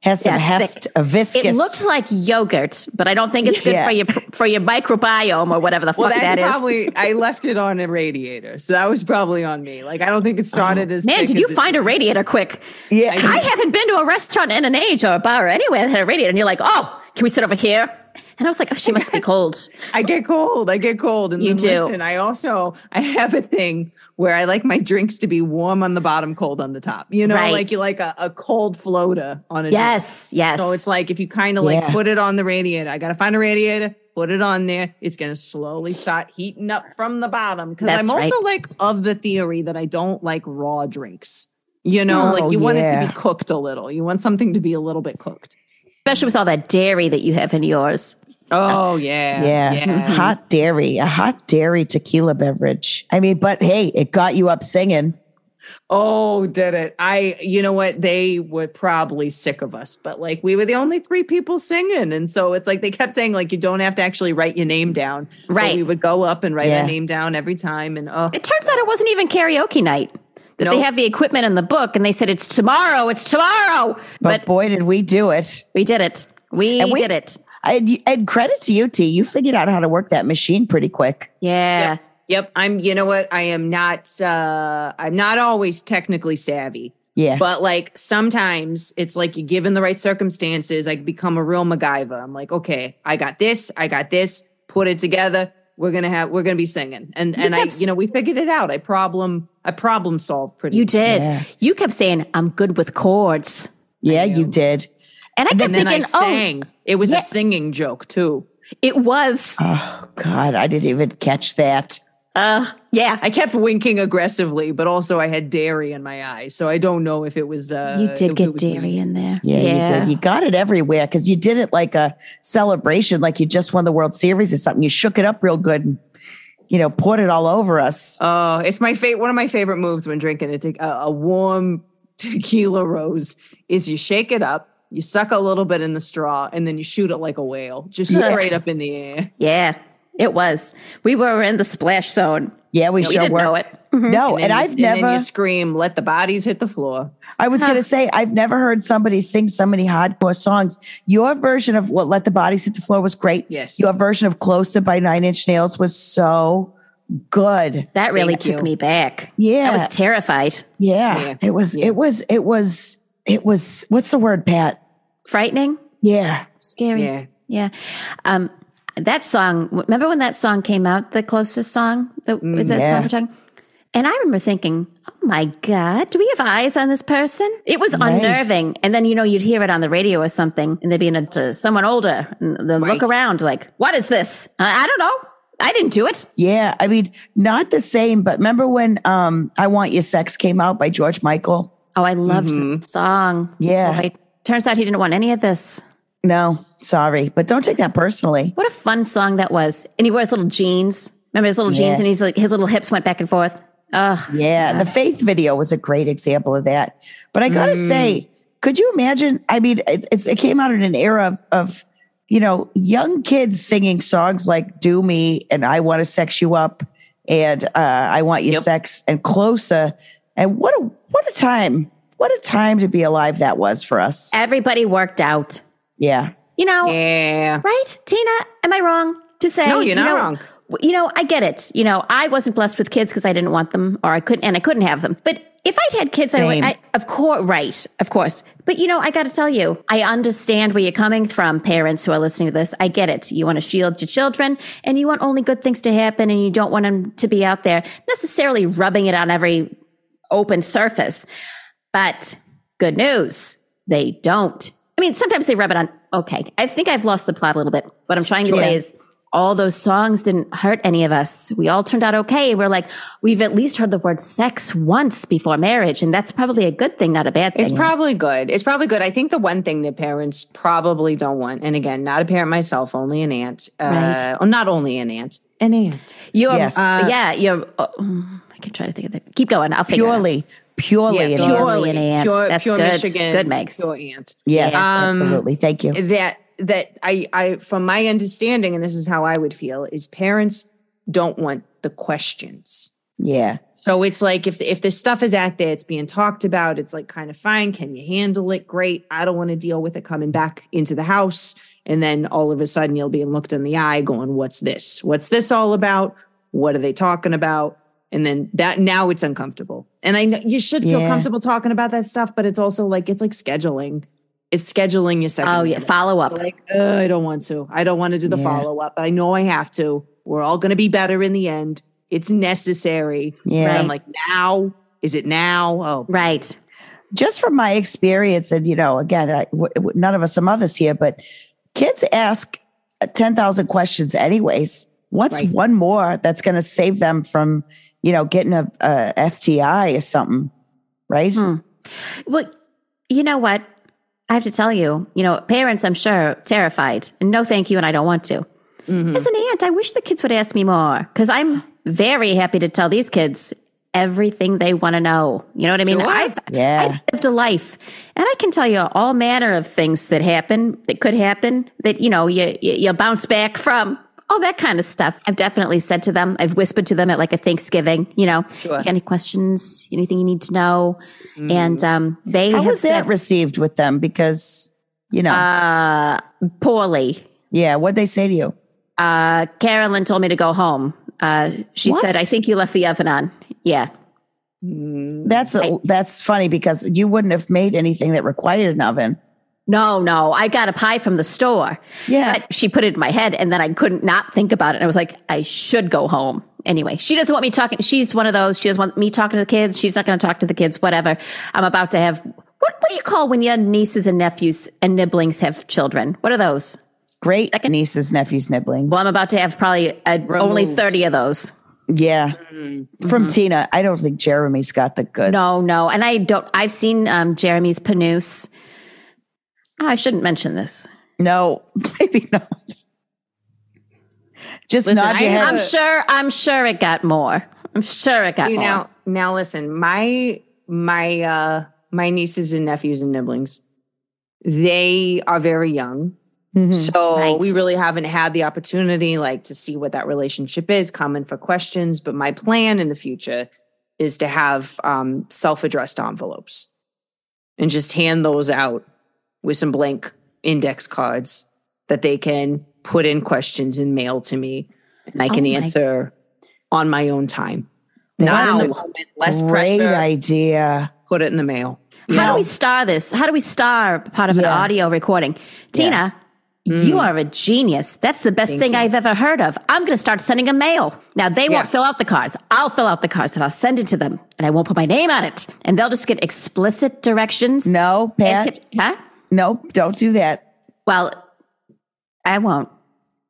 has some
Yeah,
heft,
thick.
a viscous.
It looked like yogurt, but I don't think it's good
Yeah.
for your for your microbiome or whatever the
well,
fuck
that's
that is.
probably I left it on a radiator, so that was probably on me. Like I don't think it started as
Oh. Man,
thick
did you
as it-
find a radiator quick?
yeah,
I haven't been to a restaurant in an age or a bar or anywhere that had a radiator. And you're like, oh, can we sit over here? And I was like, oh, she must be cold.
I get cold. I get cold, and
You
then
do.
Listen, I also I have a thing where I like my drinks to be warm on the bottom, cold on the top. You know,
Right.
like you like a, a cold floater on a drink.
Yes, yes.
So it's like if you kind of like
Yeah.
put it on the radiator, I gotta find a radiator, put it on there. It's gonna slowly start heating up from the bottom. Cause
That's
I'm also
right.
like of the theory that I don't like raw drinks. You know,
Oh,
like you want it to
yeah.
be cooked a little. You want something to be a little bit cooked.
especially with all that dairy that you have in yours.
Oh yeah.
Uh, yeah. Mm-hmm. hot dairy, a hot dairy tequila beverage. I mean, but hey, it got you up singing.
Oh, did it. I you know what? They were probably sick of us, but like we were the only three people singing. And so it's like they kept saying, like, you don't have to actually write your name down. But
Right.
we would go up and write
Yeah.
our name down every time. And oh
It turns out it wasn't even karaoke night. That they
Nope.
have the equipment in the book, and they said it's tomorrow. It's tomorrow,
But,
but,
boy, did we do it!
we did it. We,
And we-
did it.
And, and credit to you, T. You figured out how to work that machine pretty quick.
Yeah,
Yep, I'm. You know what? I am not. uh I'm not always technically savvy,
Yeah,
but like sometimes it's like you given the right circumstances, I become a real MacGyver. I'm like, okay, I got this. I got this. Put it together. We're gonna have. We're gonna be singing. And and I,
kept s-
you know, we figured it out. I problem. I problem solved pretty.
you did.
Yeah.
You kept saying I'm good with chords,
yeah, you did.
and I kept
And then
thinking, oh,
I sang. it was
yeah.
a singing joke too.
oh, it was.
Oh God, I didn't even catch that.
Uh, yeah,
I kept winking aggressively, but also I had dairy in my eyes, so I don't know if it was. uh
you
if
did
it
get
was-
dairy in there.
Yeah, you did. You got it everywhere because you did it like a celebration, like you just won the World Series or something. You shook it up real good and, you know, poured it all over us.
Oh, it's my favorite. One of my favorite moves when drinking a, te- a, a warm tequila rose is you shake it up, you suck a little bit in the straw, and then you shoot it like a whale, just straight up in the air.
yeah, it was. We were in the splash zone.
Yeah, we
We
sure
didn't
were.
know it. Oh,
No, and,
then you-
I've
Mm-hmm. And then
never.
you scream, "Let the bodies hit the floor."
I was going to say I've never heard somebody sing so many hardcore songs. Your version of "What Let the Bodies Hit the Floor" was great.
Yes.
Your version of "Closer" by Nine Inch Nails was so good.
That really
Thank
took
you.
me back.
Yeah.
I was terrified,
Yeah,
Yeah.
it was.
Yeah.
It was. It was. It was. What's the word, Pat?
frightening,
Yeah.
scary.
Yeah.
Yeah. Um, that song, remember when that song came out, the closest song? The, is that
Mm, yeah.
song we're talking? And I remember thinking, oh my God, do we have eyes on this person? It was
Right.
unnerving. And then, you know, you'd hear it on the radio or something, and they'd be in a, to someone older, and they'll look
Right.
around like, what is this? I, I don't know. I didn't do it.
Yeah, I mean, not the same, but remember when um I Want Your Sex came out by George Michael?
Oh, I loved that song.
Mm-hmm. Yeah.
Oh, it turns out he didn't want any of this.
No, sorry, but don't take that personally.
What a fun song that was. And he wore his little jeans. Remember his little
Yeah.
jeans and he's like his little hips went back and forth. Ugh.
Yeah, the Faith video was a great example of that. But I gotta say,
Mm.
could you imagine? I mean, it's, it's it came out in an era of of you know young kids singing songs like "Do Me" and "I Want to Sex You Up" and uh, "I Want Your Sex" and "Closer." And what a what a time! What a time to be alive that was for us.
Everybody worked out.
Yeah.
You know,
Yeah.
right? Tina, am I wrong to say?
No, you're
you
not
know,
wrong.
w- You know, I get it. You know, I wasn't blessed with kids because I didn't want them or I couldn't and I couldn't have them. But if I'd had kids, I, would-
Same.
I of course, right, of course. But you know, I got to tell you, I understand where you're coming from, parents who are listening to this. I get it. You want to shield your children and you want only good things to happen and you don't want them to be out there necessarily rubbing it on every open surface. But good news, they don't. I mean, sometimes they rub it on. Okay. I think I've lost the plot a little bit. What I'm trying to say is all those songs didn't hurt any of us. We all turned out okay. We're like, we've at least heard the word sex once before marriage. And that's probably a good thing, not a bad thing.
It's probably good. It's probably good. I think the one thing that parents probably don't want, and again, not a parent myself, only an aunt. Uh,
Right.
oh, Not only an aunt, an aunt.
you're,
Yes.
uh, yeah, you're, oh, mm, I can try to think of it. Keep going. I'll figure it out.
purely, purely,
Yeah,
an answer.
purely. an aunt. That's good. Good, Megs.
Pure aunt.
Yes,
Um,
absolutely. Thank you.
that that I I from my understanding, and this is how I would feel, is parents don't want the questions.
Yeah.
So it's like if if this stuff is out there, it's being talked about. It's like kind of fine. Can you handle it? Great. I don't want to deal with it coming back into the house, and then all of a sudden you'll be looked in the eye, going, "What's this? What's this all about? What are they talking about?" And then that now it's uncomfortable. And I know you should feel
Yeah.
comfortable talking about that stuff, but it's also like it's like scheduling. It's scheduling your second.
Oh, yeah.
meeting.
Follow up.
Like, "Ugh, I don't want to. I don't want to do the
Yeah.
follow up. I know I have to. We're all going to be better in the end. It's necessary.
Yeah.
And
Right.
I'm like, now? Is it now? Oh,
Right.
just from my experience, and you know, again, I, w- w- none of us are mothers here, but kids ask uh, ten thousand questions anyways. What's
Right.
one more that's going to save them from, you know, getting a, a STI or something, right?
Hmm. Well, you know what? I have to tell you, you know, parents, I'm sure, terrified. And no, thank you. And I don't want to. As an aunt, I wish the kids would ask me more because I'm very happy to tell these kids everything they want to know. You know what I mean?
Sure.
I've,
Yeah.
I've lived a life and I can tell you all manner of things that happen, that could happen, that, you know, you, you, you bounce back from. All that kind of stuff. I've definitely said to them, I've whispered to them at like a Thanksgiving, you know,
Sure.
"You got any questions, anything you need to know? And um, they
How
have
was that
said
received with them? Because you know,
uh, poorly.
yeah, what they say to you?
Uh, Carolyn told me to go home. Uh, she
What?
said, I think you left the oven on. Yeah.
That's a, that's funny because you wouldn't have made anything that required an oven.
No, no, I got a pie from the store.
Yeah.
But she put it in my head and then I couldn't not think about it. And I was like, I should go home. Anyway, she doesn't want me talking. She's one of those. She doesn't want me talking to the kids. She's not going to talk to the kids, whatever. I'm about to have, what, what do you call when your nieces and nephews and nibblings have children? What are those?
Great nieces, nephews, nibbling.
Well, I'm about to have probably uh only 30 of those.
Yeah.
Mm-hmm.
From Tina. I don't think Jeremy's got the goods.
No, no. And I don't, I've seen um, Jeremy's Panoose. Oh, I shouldn't mention this.
No, maybe not. Just
Listen,
nod your
I-
head.
I'm sure, I'm sure it got more. I'm sure it got
You
more.
now, now listen, my my uh my nieces and nephews and nibblings, they are very young.
Mm-hmm.
Mhm.
So
Right.
we really haven't had the opportunity like to see what that relationship is, comment for questions. But my plan in the future is to have um self-addressed envelopes and just hand those out with some blank index cards that they can put in questions and mail to me and I can
Oh my-
answer on my own time. Not in the
Wow.
moment, less
Great
pressure,
idea.
put it in the mail.
How do
No.
we star this? How do we star part of an
Yeah.
audio recording? Tina, you are a genius. That's the best thing I've ever heard of. I'm going to start sending a mail. Now, they
Yeah.
won't fill out the cards. I'll fill out the cards and I'll send it to them and I won't put my name on it. And they'll just get explicit directions.
No,
and
Pat.
tip- huh?
No, don't do that
Well, I won't.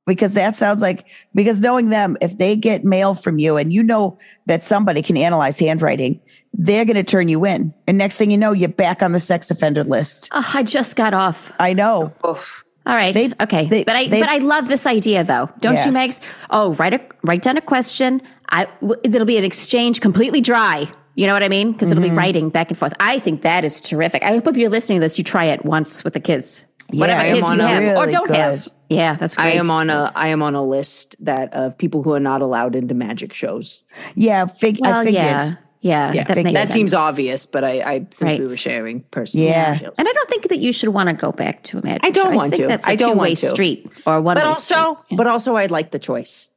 because that sounds like because knowing them, if they get mail from you and you know that somebody can analyze handwriting, they're going to turn you in, and next thing you know, you're back on the sex offender list.
Oh, I just got off.
I know.
Oof.
All right.
They-
okay.
they-
but I
they-
but I love this idea though. Don't
Yeah.
you, Megs? Oh, write a write down a question. I w- it'll be an exchange completely dry. You know what I mean? Because it'll
Mm-hmm.
be writing back and forth. I think that is terrific. I hope if you're listening to this, you try it once with the kids. Whatever
I am
kids
on
you
a
have or
really
don't have.
good-
Yeah, that's great.
I am on a I am on a list that of people who are not allowed into magic shows.
Yeah, fig-
Well,
I figured.
yeah, yeah. that
figured.
makes
That seems
sense.
obvious, but I, I since
Right.
we were sharing personal
Yeah.
details.
And I don't think that you should want to go back to a magic.
I don't
show.
want
I think
to.
That's a
I don't
two-way
want to.
street or one.
but
way
also but also I'd like the choice.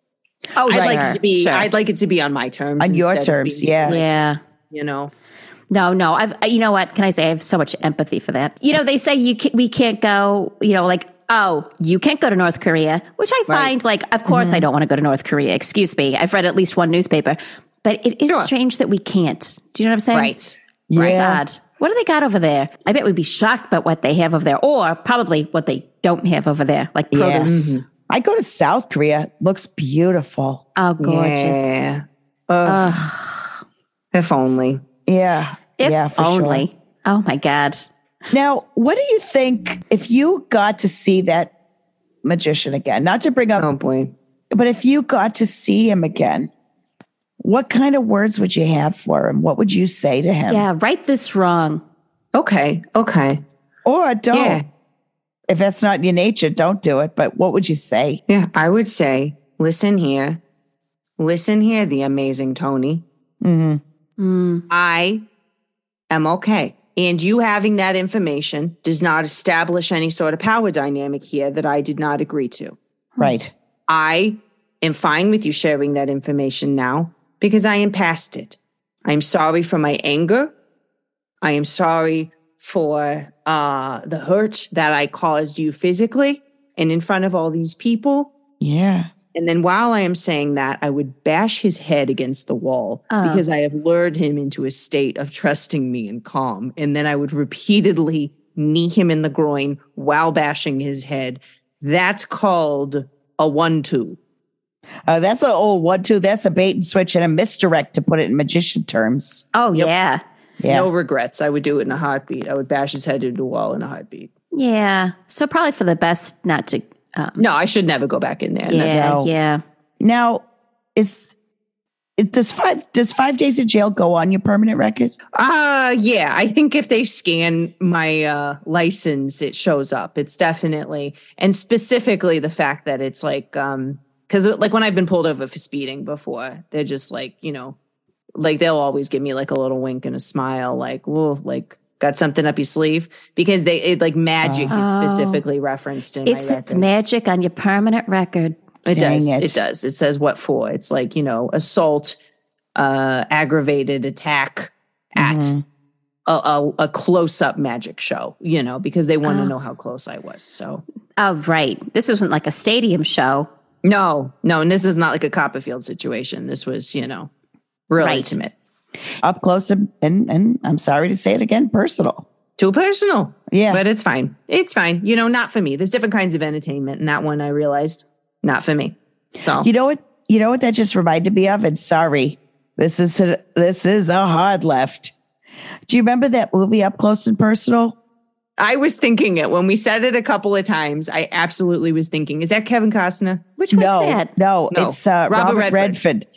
oh,
I'd like it to be I'd like it to be on my terms.
On your
instead of
terms,
being,
yeah.
like,
yeah.
You know.
No, no. I've I- you know what can I say? I have so much empathy for that. You know, they say you can, we can't go. You know, like oh, you can't go to North Korea, which I find like, of course,
Mm-hmm.
I don't want to go to North Korea. Excuse me. I've read at least one newspaper, but it is strange that we can't. Do you know what I'm saying?
Right.
It's
Yeah.
odd. What do they got over there? I bet we'd be shocked by what they have over there, or probably what they don't have over there, like
Yeah.
produce.
I go to South Korea. Looks beautiful.
Oh, gorgeous.
Yeah. Ugh,
Ugh,
if only.
Yeah.
if
yeah, for sure.
only. Oh my God.
Now, what do you think if you got to see that magician again? Not to bring up,
Oh boy.
but if you got to see him again, what kind of words would you have for him? What would you say to him?
Yeah, right this wrong.
Okay. Okay.
Or don't.
Yeah.
If that's not in your nature, don't do it. But what would you say?
Yeah. I would say, listen here. Listen here, the amazing Tony.
Mm-hmm.
Mm.
I am okay. And you having that information does not establish any sort of power dynamic here that I did not agree to.
Right.
I am fine with you sharing that information now because I am past it. I am sorry for my anger. I am sorry for uh, the hurt that I caused you physically and in front of all these people.
Yeah.
And then while I am saying that, I would bash his head against the wall
Oh.
because I have lured him into a state of trusting me and calm. And then I would repeatedly knee him in the groin while bashing his head. That's called a one two.
Uh, that's an old one, too. That's a bait and switch and a misdirect, to put it in magician terms.
Oh, yeah.
Yeah.
No regrets. I would do it in a heartbeat. I would bash his head into a wall in a heartbeat.
Yeah. So, probably for the best not to. Um,
No, I should never go back in there. And that's-
yeah,
how-
yeah.
Now, is it, does five does five days in jail go on your permanent record?
Uh yeah, I think if they scan my uh license it shows up. It's definitely and specifically the fact that it's like um cuz like when I've been pulled over for speeding before, they're just like, you know, like they'll always give me like a little wink and a smile like, "Whoa, like got something up your sleeve?" because they it like magic is
Oh.
specifically referenced in my
It says
record.
magic on your permanent record.
It
Dang
does.
it.
It. does. It says what for? It's like you know, assault, uh, aggravated attack at
Mhm.
a, a, a close up magic show. You know, because they want to
Oh.
know how close I was. So
Oh, right. This wasn't like a stadium show.
no, no, and this is not like a Copperfield situation. This was you know, real
Right.
intimate,
up close and, and and I'm sorry to say it again, personal.
too personal.
Yeah.
But it's fine. It's fine. You know, not for me. There's different kinds of entertainment, and that one I realized not for me. So
you know what? You know what that just reminded me of? And sorry, this is a, this is a hard left. Do you remember that movie Up Close and Personal?
I was thinking it when we said it a couple of times. I absolutely was thinking, is that Kevin Costner?
Which one's
No,
that?
no,
No.
it's uh, Robert,
Robert
Redford.
Redford.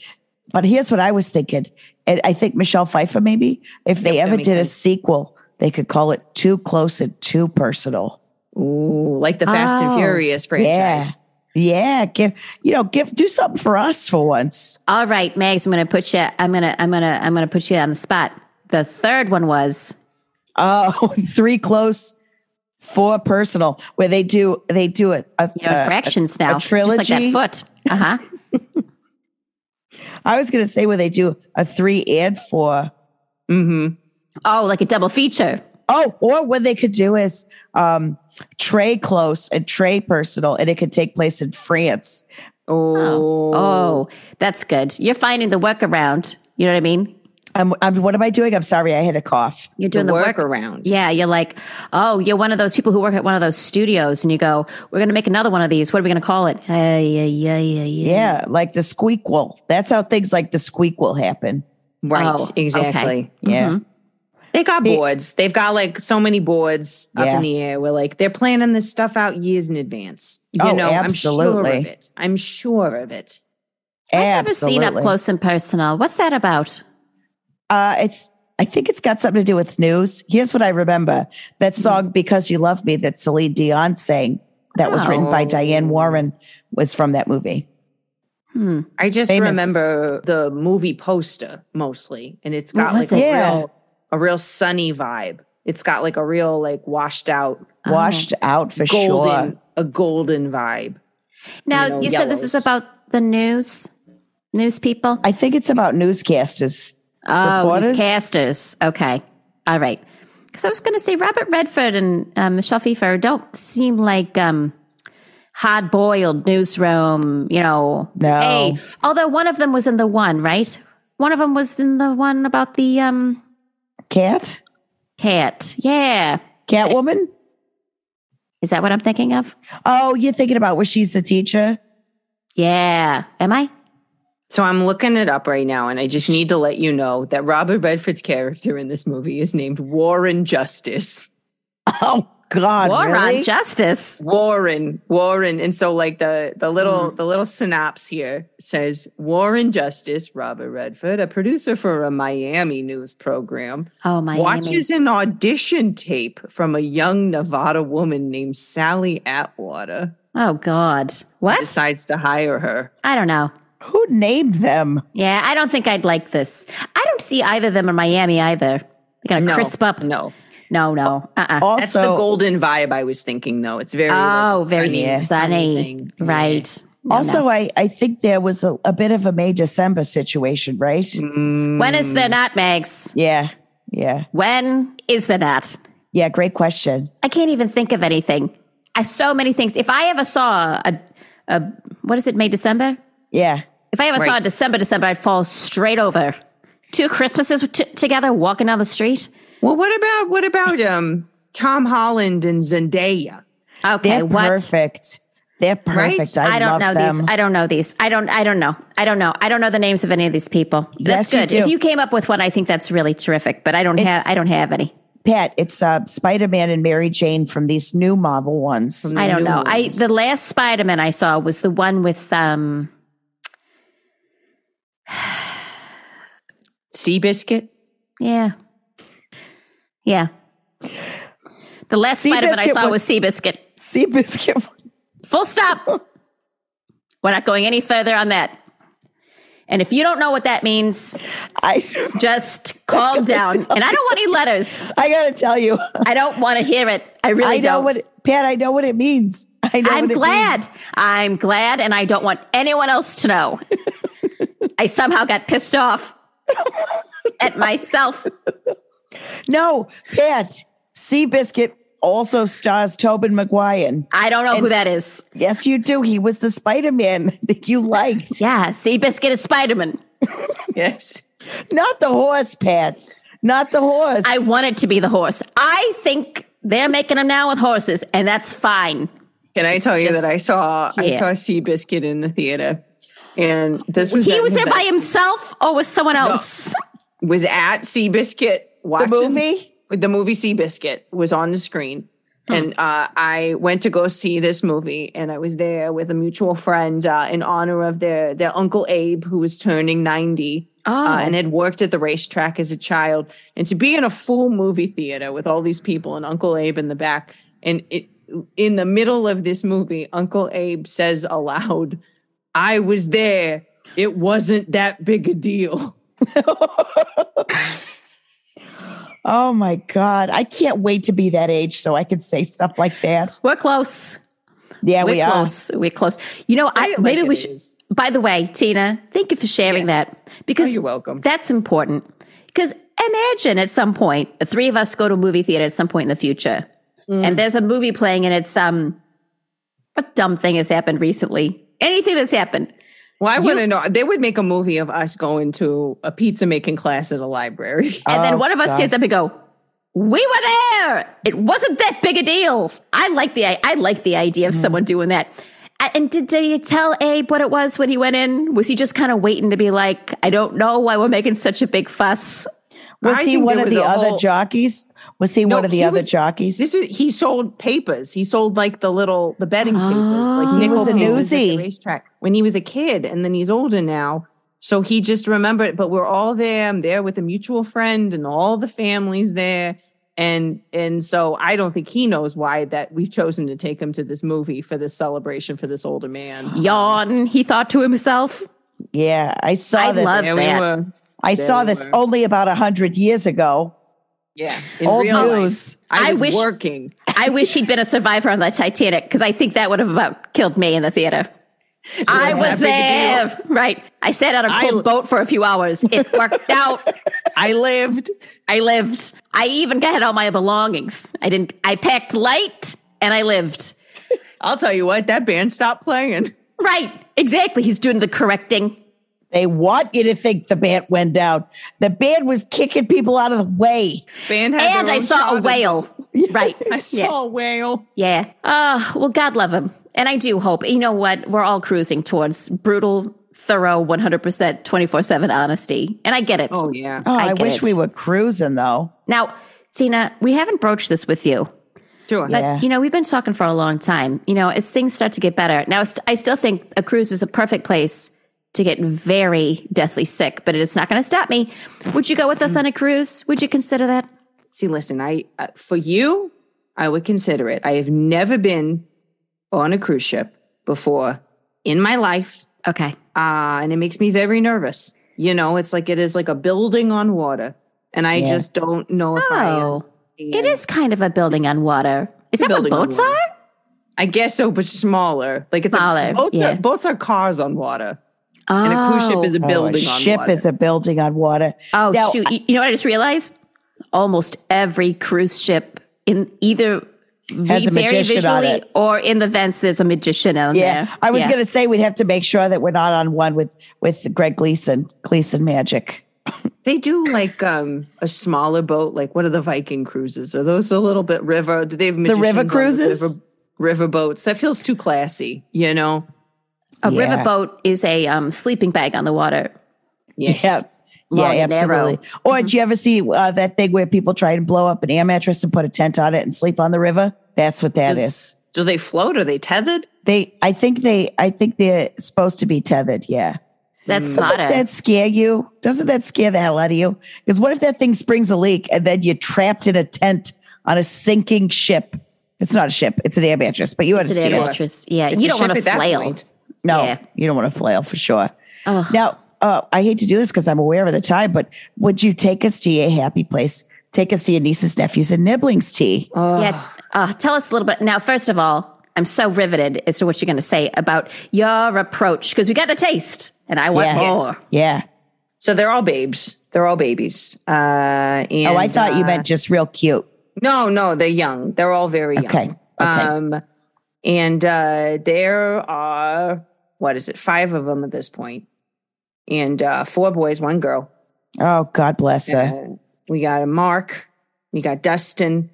But here's what I was thinking, and I think Michelle Pfeiffer maybe if they
Yep, that
ever
makes
did a
sense.
sequel, they could call it Too Close and Too Personal.
Ooh, like the Fast
Oh,
and Furious franchise.
Yeah, give you know, give do something for us for once.
All right, Megs, I'm gonna put you. I'm gonna. I'm gonna. I'm gonna put you on the spot. The third one was
Oh, three close, four personal, where they do they do a, a,
you know
Uh, a-
fractions now, just like
trilogy?
that foot. Uh huh.
I was going to say where they do a three and four.
Mm-hmm.
oh, like a double feature.
Oh, or what they could do is um tray close and tray personal, and it could take place in France.
Oh,
Oh, that's good. You're finding the workaround. You know what I mean?
I'm, I'm what am I doing? I'm sorry, I had a cough.
You're
the
doing the, work.
workaround.
Yeah, you're like, oh, you're one of those people who work at one of those studios, and you go, we're gonna make another one of these. What are we gonna call it? Hey, yeah, yeah, yeah, yeah.
Yeah, like the squeak will. That's how things like the squeak will happen.
right.
Oh, okay.
exactly.
Yeah.
Mm-hmm.
They got
They-
boards. They've got like so many boards up
Yeah.
in the air. Where like they're planning this stuff out years in advance. You
Oh,
know, I'm sure
absolutely.
of it. I'm sure of it.
I've never seen up
Absolutely.
close and personal. What's that about?
Uh, it's I think it's got something to do with news. Here's what I remember: that
Hmm.
song "Because You Love Me" that Celine Dion sang, that was written by
Oh.
Diane Warren, was from that movie.
Hmm.
I just
Famous.
remember the movie poster mostly, and it's got
What was
like a
it? Yeah.
real, a real sunny vibe. It's got like a real like washed out
Oh.
Washed out for
Uh-huh. golden
sure.
a golden vibe.
Now
know,
you said this is
yellows.
about the news, news people.
I think it's about newscasters.
Oh,
Reporters?
newscasters. Okay. All right. Because I was going to say Robert Redford and um, Michelle Pfeiffer don't seem like um, hard boiled newsroom, you know.
No.
Hey, although one of them was in the one, right? One of them was in the one about the um,
Cat,
cat. Yeah.
Eh.
Catwoman.
Is that what I'm thinking of?
Oh, you're thinking about where she's the teacher?
Yeah. Am I?
So I'm looking it up right now, and I just need to let you know that Robert Redford's character in this movie is named Warren Justice.
Oh God,
War
really?
on justice.
Warren, Warren, and so like the the
Mm-hmm.
little the little synopsis here says Warren Justice, Robert Redford, a producer for a Miami news program,
Oh my.
watches an audition tape from a young Nevada woman named Sally Atwater.
Oh God. What?
Decides to hire her.
I don't know.
Who named them?
Yeah, I don't think I'd like this. I don't see either of them in Miami either. They gotta
No,
crisp up.
No,
No, no. Uh uh
Also,
that's the golden vibe I was thinking though. It's very like,
Oh, very sunny.
thing.
Right. No,
also, I I think there was a, a bit of a May December situation, right?
Mm-hmm.
no. when is there not, Megs?
Yeah, yeah,
When is there not?
yeah. Great question.
I can't even think of anything. I so many things. If I ever saw a, a what is it, May December?
Yeah,
If I ever saw a December December, I'd fall straight over. Two Christmases t- together, walking down the street.
Well, what about what about um Tom Holland and Zendaya?
Okay,
they're
what?
perfect. They're perfect. I,
I,
love
don't know
them.
these. I don't know these. I don't. I don't know. I don't know. I don't know the names of any of these people.
Yes,
That's
you
good.
do.
If you came up with one, I think that's really terrific. But I don't have.
It's-
I don't have any.
Pat, it's uh, Spider Man and Mary Jane from these new Marvel ones.
I don't know. I the last Spider Man I saw was the one with um.
Seabiscuit?
Yeah. Yeah. The last Spider Man I
Seabiscuit
saw was
was-
Seabiscuit.
Seabiscuit.
Full stop. We're not going any further on that. And if you don't know what that means,
I
just calm down. And I don't want any letters.
I gotta tell you,
I don't want to hear it. I really
I know
don't.
what it- Pat. I know what it means. I know
I'm
what it
glad.
means.
I'm glad, and I don't want anyone else to know. I somehow got pissed off at myself.
No, Pat. Seabiscuit also stars Tobin Maguire.
I don't know who that is.
Yes, you do. He was the Spider Man that you liked,
Yeah, Seabiscuit is Spider Man.
Yes.
not the horse, Pat. Not the horse.
I want it to be the horse. I think they're making them now with horses, and that's fine.
Can I tell you that I saw I
yeah.
saw Seabiscuit in the theater. And this was
He
at-
was there by himself or with someone else?
was at Seabiscuit
the
watching
movie.
the movie Seabiscuit was on the screen. And uh, I went to go see this movie, and I was there with a mutual friend uh, in honor of their their uncle Abe, who was turning ninety,
Oh.
uh, and had worked at the racetrack as a child. And to be in a full movie theater with all these people and Uncle Abe in the back, and it, in the middle of this movie, Uncle Abe says aloud, "I was there. It wasn't that big a deal."
Oh my God. I can't wait to be that age so I can say stuff like that.
We're close.
Yeah,
We're
we are.
close. We're close. You know, I,
Say it like
maybe
it
we should.
is.
By the way, Tina, thank you for sharing that because
Oh, you're welcome.
That's important because imagine at some point the three of us go to a movie theater at some point in the future, and there's a movie playing, and it's um, what dumb thing has happened recently? Anything that's happened?
Well, I want to know. They would make a movie of us going to a pizza making class at a library.
And then
Oh,
one of us
God.
stands up and go, "We were there. It wasn't that big a deal." I like the I, I like the idea
Hmm.
of someone doing that. A- And did they tell Abe what it was when he went in? Was he just kind of waiting to be like, "I don't know why we're making such a big fuss"?
Was
I
he
think
one
there
of
was
the
a
other
whole-
jockeys? Was he one of the
he
other
was-
jockeys?
This is he sold papers. He sold like the little the betting papers, like nickel
was a
papers at the
newsie.
racetrack when he was a kid, and then he's older now. So he just remembered. But we're all there. I'm there with a mutual friend, and all the families there. And and so I don't think he knows why that we've chosen to take him to this movie for this celebration for this older man.
Yawn. He thought to himself.
yeah, I saw
I
this.
love-
And we
that.
were,
I saw
There we
this
were.
only about a hundred years ago.
yeah, in
Old
real life,
news.
I,
I
was
wish-
working.
I wish he'd been a survivor on the Titanic because I think that would have about killed me in the theater. I was
wasn't that
there. Right. I sat on a
I-
cool boat for a few hours. It worked out.
I lived.
I lived. I even got all my belongings. I didn't, I packed light and I lived.
I'll tell you what, that band stopped playing.
Right. Exactly. He's doing the correcting.
They want you to think the band went down. The band was kicking people out of the way.
Band had
And
their
I
own
saw a
shot.
whale. Right.
I saw a whale.
Yeah. Uh, well, God love him. And I do hope, you know what? We're all cruising towards brutal, thorough, 100% 24 7 honesty. And I get it.
Oh yeah.
Oh,
I
I,
get
wish
it.
we were cruising though.
Now, Tina, we haven't broached this with you,
Sure.
but
Yeah.
you know, we've been talking for a long time. You know, as things start to get better, now st- I still think a cruise is a perfect place to get very deathly sick, but it's not going to stop me. Would you go with us on a cruise? Would you consider that?
See, listen, I uh, for you, I would consider it. I have never been on a cruise ship before in my life,
Okay.
uh, and it makes me very nervous. You know, it's like it is like a building on water, and I
Yeah.
just don't know if I am.
Oh, it is kind of a building on water. Is
It's a
that what
building on
boats
water.
are?
I guess so, but smaller. Like it's
Smaller,
A, boats
yeah.
are boats are cars on water, and a cruise ship is a
Oh,
building
a
on
ship
water.
is a building on water.
Oh
Now,
shoot! you, you know what I just realized? Almost every cruise ship in either
Has
ve-
a
very
magician on
visually
it.
or in the vents, there's a magician on
Yeah,
there.
I was
Yeah.
gonna say we'd have to make sure that we're not on one with with Greg Gleason, Gleason Magic.
They do like um a smaller boat, like what are the Viking cruises? Are those a little bit river? Do they have magicians
river
on
cruises?
river, river boats. That feels too classy, you know.
A
Yeah.
riverboat is a um, sleeping bag on the water.
Yes.
Yeah.
Long
yeah,
and narrow. Mm-hmm.
absolutely. Or did you ever see uh, that thing where people try and blow up an air mattress and put a tent on it and sleep on the river? That's what
Mm.
that is.
Do they float? Are they tethered?
They, I think they, I think they're supposed to be tethered. Yeah.
That's
Doesn't
smarter.
that scare you? Doesn't that scare the hell out of you? Because what if that thing springs a leak and then you're trapped in a tent on a sinking ship? It's not a ship. It's an air mattress, but you
It's an
understand.
air
what-
mattress. Yeah,
It's
you
a
don't
ship
want to
at that
flail.
point.
No,
Yeah.
you don't want to flail for sure.
Ugh.
Now, uh, I hate to do this because I'm aware of the time, but would you take us to a happy place? Take us to your nieces, nephews, and nibblings tea.
Yeah. Uh, tell us a little bit now. First of all, I'm so riveted as to what you're going to say about your approach because we got a taste, and I want
yeah.
more.
Yeah.
So they're all babes. They're all babies. Uh, and,
oh, I thought you
uh,
meant just real cute.
No, no, they're young. They're all very young.
Okay. Okay.
Um, and uh, there are what is it? Five of them at this point, and uh, four boys, one girl.
oh, God bless her.
Uh, we got a Mark. We got Dustin.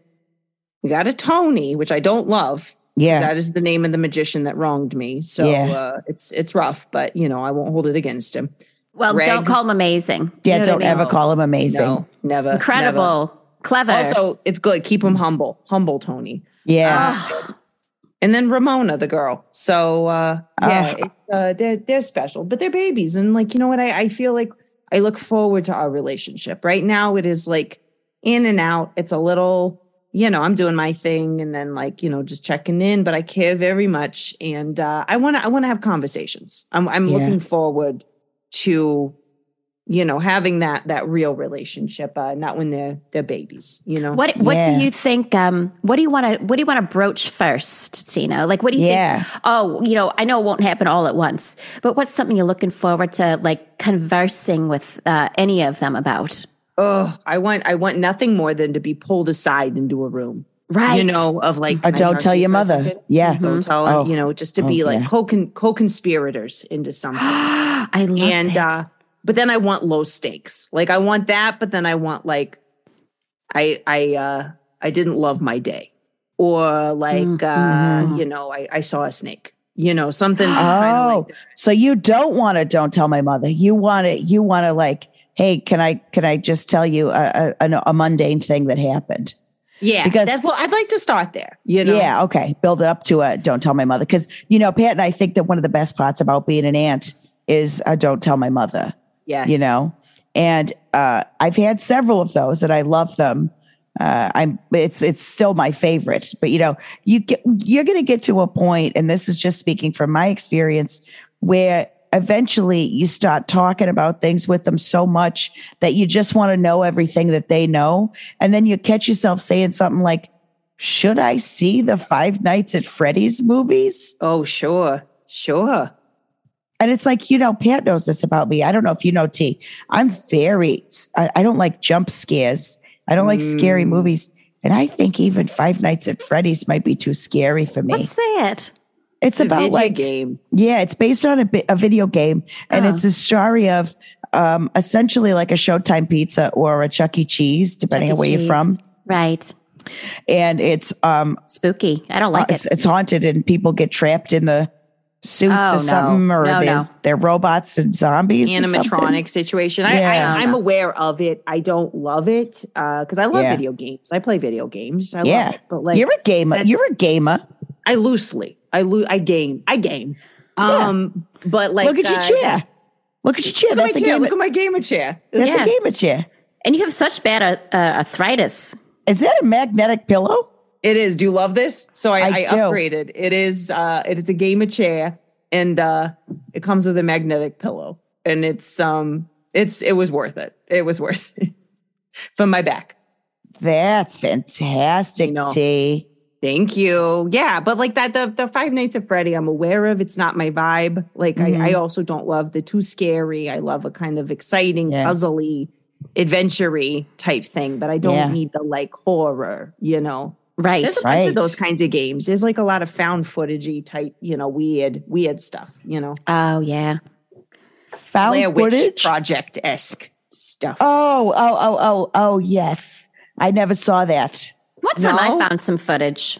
We got a Tony, which I don't love.
Yeah.
That is the name of the magician that wronged me. So
Yeah.
uh, it's it's rough, but you know I won't hold it against him.
Well,
Greg.
don't call them amazing.
yeah.
You know what I
don't
mean?
ever call him amazing.
No, never. never.
incredible, clever.
Also, it's good. Keep him humble, humble Tony. Ah,
Yeah.
Ugh.
and then Ramona, the girl. So uh,
Ah.
yeah, it's, uh, they're they're special, but they're babies, and like you know what, I I feel like I look forward to our relationship. Right now, it is like in and out. It's a little, you know, I'm doing my thing, and then like you know, just checking in. But I care very much, and uh, I want to I want to have conversations. I'm I'm
Yeah.
looking forward to you know having that that real relationship, uh, not when they're they're babies. You know,
What What
Yeah.
do you think? Um, what do you want to What do you want to broach first, Tina? Like, what do you
Yeah.
think? Oh, you know, I know it won't happen all at once, but what's something you're looking forward to, like conversing with uh, any of them about?
oh, I want I want nothing more than to be pulled aside into a room.
Right.
you know, of like,
Or
can I
Uh, don't
talk
tell
to you
your
for a
mother.
second?
Yeah.
Don't tell,
Oh.
you know, just to
Oh,
be like
yeah.
co co-conspirators into something.
I love
and
that.
uh but then I want low stakes. Like I want that, but then I want like I I uh I didn't love my day. Or like
Mm-hmm.
uh, you know, I, I saw a snake. You know, something just kind
Oh,
of like
so you don't want to? Don't tell my mother. You want to? You want to like? Hey, can I? Can I just tell you a a, a- a mundane thing that happened?
yeah,
because-
that's well, I'd like to start there. You know,
Yeah, okay. Build it up to a don't tell my mother. Because, you know, Pat and I think that one of the best parts about being an aunt is a don't tell my mother,
yes,
you know? And uh, I've had several of those and I love them. Uh, I'm it's it's still my favorite, but you know, you get you're gonna get to a point, and this is just speaking from my experience, where eventually you start talking about things with them so much that you just want to know everything that they know. And then you catch yourself saying something like, should I see the Five Nights at Freddy's movies?
Oh, sure, sure.
And it's like, you know, Pat knows this about me. I don't know if you know T. I'm very, I, I don't like jump scares. I don't like scary
Mm.
movies. And I think even Five Nights at Freddy's might be too scary for me.
What's that?
it's
a
about
video
like,
game.
yeah, it's based on a, bi- a video game. And
Oh.
it's a story of um, essentially like a Showtime pizza or a Chuck E. Cheese, depending on
Chuck E.
where you're
Cheese.
from.
Right.
and it's um
Spooky. I don't
uh,
like it.
it's, it's haunted and people get trapped in the suits
Oh,
or
no.
something or
No,
there's
no.
they're robots and zombies or something.
animatronic situation. I,
Yeah.
I I'm aware of it. I don't love it because I love
Yeah.
video games. I play video games. I
Yeah.
love it, but like
you're a gamer
that's-
you're a gamer
I loosely, I lo- I game, I game. Um, but like
look at
uh,
your chair look at your chair
Look at my
that's a
chair.
gamer
Look at my gamer chair.
that's
Yeah.
a gamer chair
and you have such bad uh, uh, arthritis.
is that a magnetic pillow
It is. Do you love this? So I,
I
I,
do.
upgraded. It is. Uh, it is a gamer chair, and uh, it comes with a magnetic pillow, and it's um, it's it was worth it. It was worth it for my back.
that's fantastic
I know.
T.
Thank you. Yeah, but like that, the the Five Nights at Freddy, I'm aware of. It's not my vibe. Like
Mm-hmm.
I, I also don't love the too scary. I love a kind of exciting,
Yeah.
puzzly, adventure-y type thing. But I don't
Yeah.
need the like horror. You know,
Right.
there's a bunch
Right.
of those kinds of games. There's like a lot of found footagey type. You know, weird, weird stuff. You know,
oh yeah.
found
Blair Witch
footage
Project esque stuff.
oh oh oh oh oh yes i never saw that
One time
No.
I found some footage.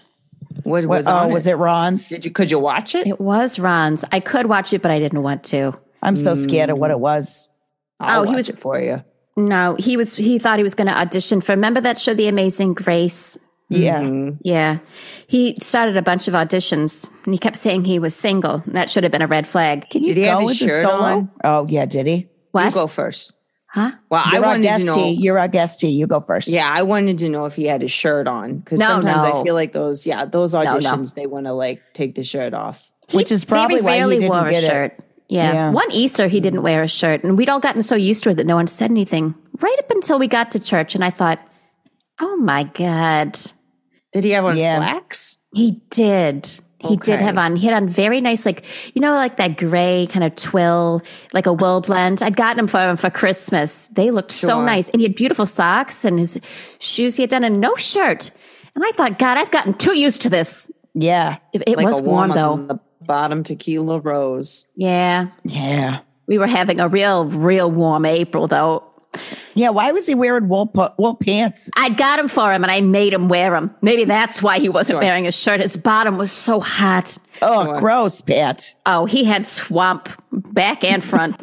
what
What-
was
oh
on
was it ron's
Did you could you watch it?
It was Ron's. I could watch it, but I didn't want to.
i'm so scared
Mm.
of what it was
I'll
Oh, he
watch
was-
it for you.
No, he was. He thought he was going to audition for. Remember that show, The Amazing Grace?
Mm-hmm.
yeah
Yeah, he started a bunch of auditions, and he kept saying he was single. That should have been a red flag.
Can you
Did he
go
have his
as a
shirt
solo?
on?
Oh yeah, did he?
You
What?
go first.
Huh?
Well, I
You're our
wanted to
guest
know.
T. You're our guest T. You go first.
Yeah, I wanted to know if he had his shirt on because
No,
sometimes
no.
I feel like those, yeah, those
no.
auditions they want to like take the shirt off.
Which is probably
Very
why
rarely
he didn't
wore a
get it.
shirt. Yeah.
Yeah.
One Easter, he didn't wear a shirt, and we'd all gotten so used to it that no one said anything. Right up until we got to church, and I thought, "Oh my god,
Did he have on
Yeah.
slacks?
He did. He did
Okay.
have on. He had on very nice, like you know, like that gray kind of twill, like a wool blend. I'd gotten him for him for Christmas. They looked so
Sure.
nice, and he had beautiful socks and his shoes. He had done a no shirt, and I thought, God, I've gotten too used to this.
Yeah.
It, it
Like
was
a
warm
warm-up
though.
on the bottom tequila rose.
yeah,
Yeah.
we were having a real, real warm April though.
Yeah. Why was he wearing wool pu- wool pants?
I'd got him for him, and I made him wear them. Maybe that's why he wasn't
Sure.
wearing a shirt. His bottom was so hot.
Oh, gross, Pat.
Oh, he had swamp back and front.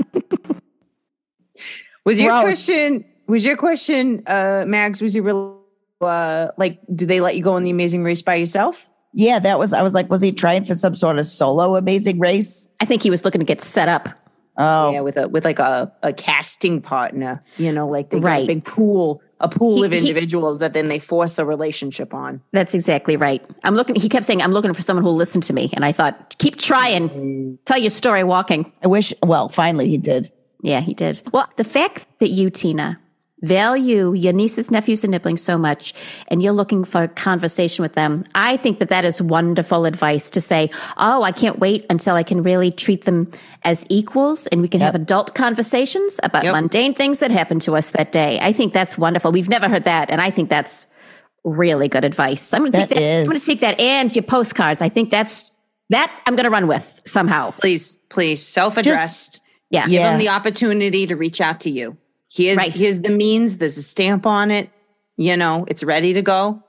Was your
Gross.
question? Was your question, uh, Mags? Was you really uh, like? Do they let you go on the Amazing Race by yourself?
Yeah, that was. I was like, was he trying for some sort of solo amazing race?
I think he was looking to get set up.
Oh,
Yeah, with a with like a, a casting partner. You know, like they got
Right.
a big pool, a pool
He-
of
he-
individuals that then they force a relationship on.
That's exactly right. I'm looking. He kept saying, "I'm looking for someone who'll listen to me," and I thought, "Keep trying. Tell your story walking."
I wish. Well, finally he did.
Yeah, he did. Well, the fact that you, Tina, value your nieces, nephews, and niblings so much, and you're looking for a conversation with them, I think that that is wonderful advice to say, oh, I can't wait until I can really treat them as equals and we can have adult conversations about mundane things that happened to us that day. I think that's wonderful. We've never heard that. And I think that's really good advice. I'm going to take
That
that. I'm
is.
going to take that and your postcards. I think that's that I'm going to run with somehow.
Please, please, self addressed.
Yeah.
give
Yeah.
them the opportunity to reach out to you. Here's
Right.
here's the means. There's a stamp on it. You know, it's ready to go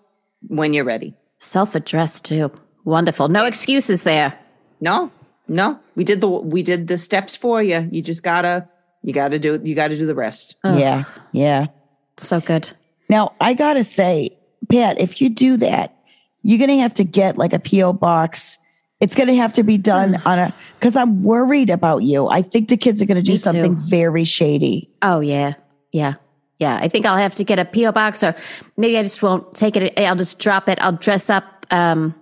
when you're ready.
Self addressed too. Wonderful. No excuses there.
No, no, we did the we did the steps for you. You just gotta you gotta do you gotta do the rest.
Yeah. Yeah.
So good.
Now, I got to say, Pat, if you do that, you're going to have to get like a P.O. box. It's going to have to be done on a, because I'm worried about you. I think the kids are going to do
Me too.
something very shady.
Oh yeah. Yeah. Yeah. I think I'll have to get a PO box or maybe I just won't take it. I'll just drop it. I'll dress up um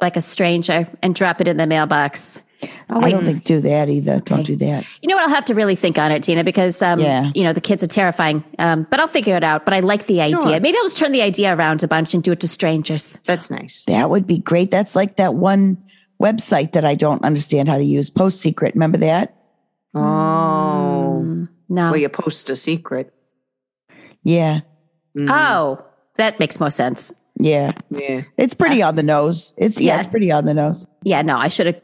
like a stranger and drop it in the mailbox. Oh
I
wait.
don't think do that either. Don't do that.
You know what? I'll have to really think on it, Tina, because um
Yeah.
you know, the kids are terrifying. Um, but I'll figure it out. But I like the idea.
Sure.
Maybe I'll just turn the idea around a bunch and do it to strangers.
That's nice.
That would be great. That's like that one website that I don't understand how to use, Post Secret. Remember that?
Mm.
Oh,
No.
well, you post a secret. Mm,
Yeah.
oh, that makes more sense.
Yeah.
Yeah,
It's pretty on the nose. It's, yeah,
Uh, Yeah.
it's pretty on the nose.
Yeah, no, I should have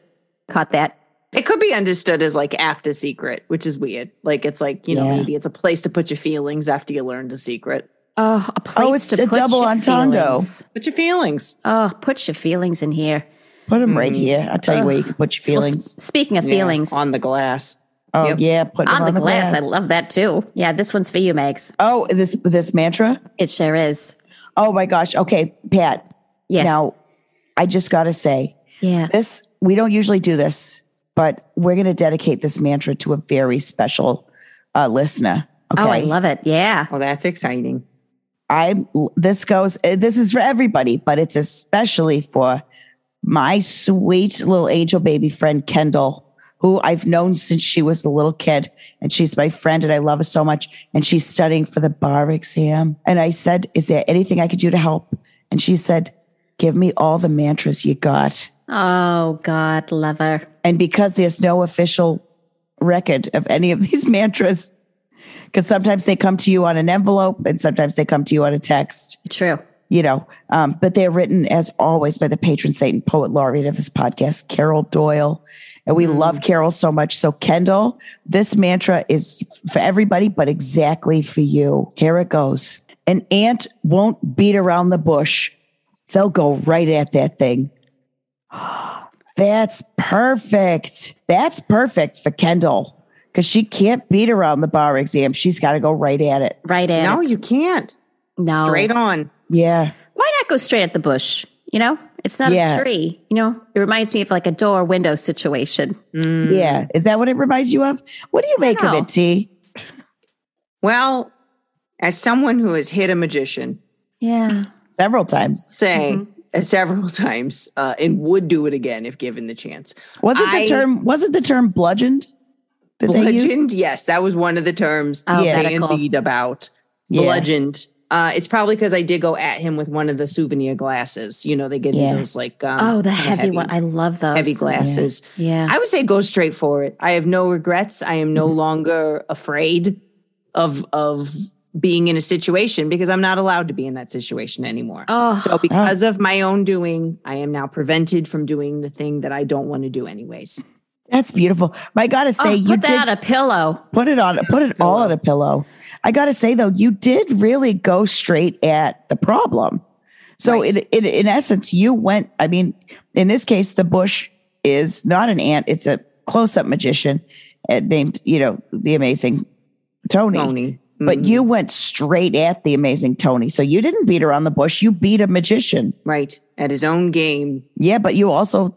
caught that.
it could be understood as like after secret, which is weird. Like it's like you know
Yeah.
maybe it's a place to put your feelings after you learned a secret.
Oh, a place
it's
to
a
put
double
your
entendre.
feelings.
What's your feelings?
Oh, put your feelings in here.
Put them right here. Mm, I'll tell you where you can put your
Well, s-
feelings.
speaking of
Yeah,
feelings, on,
on the glass.
Oh
yep.
yeah, put 'em on,
the, glass. I love that too. Yeah, this one's for you, Megs.
Oh, this this mantra.
It sure is.
Oh my gosh. Okay, Pat.
Yes.
Now, I just got to say
yeah.
this. We don't usually do this, but we're going to dedicate this mantra to a very special uh, listener. Okay.
Oh, I love it. Yeah.
Oh, that's exciting.
I this goes uh, this is for everybody, but it's especially for my sweet little angel baby friend Kendall, who I've known since she was a little kid, and she's my friend, and I love her so much. And she's studying for the bar exam, and I said, "Is there anything I could do to help?" And she said, "Give me all the mantras you got."
Oh God, lover.
And because there's no official record of any of these mantras, because sometimes they come to you on an envelope, and sometimes they come to you on a text
True.
you know, um, but they're written as always by the patron saint and poet laureate of this podcast, Carol Doyle. And we love Carol so much. So, Kendall, this mantra is for everybody, but exactly for you. Here it goes An ant won't beat around the bush, they'll go right at that thing. That's perfect. That's perfect for Kendall because she can't beat around the bar exam. She's got to go right at it.
Right at
No,
it.
you can't.
no.
Straight on.
Yeah.
Why not go straight at the bush? You know, it's not
Yeah.
a tree. You know, it reminds me of like a door window situation.
Mm. Mm-hmm.
Yeah. Is that what it reminds you of? What do you make of
know.
it, T?
Well, as someone who has hit a magician,
Yeah.
Several times.
say
Mm-hmm.
uh, several times, uh, and would do it again if given the chance.
Was it the
I-
term was it the term bludgeoned? Did they use?
Bludgeoned, yes, that was one of the terms
Oh,
Yeah.
they
medical.
indeed about.
Yeah.
Bludgeoned. Uh, it's probably because I did go at him with one of the souvenir glasses. You know, they get in
Yeah.
those like um,
Oh, the
kinda
heavy, one. I love those.
heavy glasses.
Yeah.
I would say go straight for it. I have no regrets. I am no longer afraid of of being in a situation because I'm not allowed to be in that situation anymore.
Oh.
So because of my own doing, I am now prevented from doing the thing that I don't want to do anyways.
That's beautiful. But I gotta
Oh,
say, you
put
did
that on a pillow.
put it on put it all on a pillow. I gotta say though, you did really go straight at the problem. So
Right.
it in, in essence, you went, I mean, in this case, the bush is not an ant, it's a close-up magician uh, named, you know, the amazing
Tony.
But
Mhm.
you went straight at the amazing Tony. So you didn't beat around the bush. You beat a magician.
right at his own game.
Yeah, but you also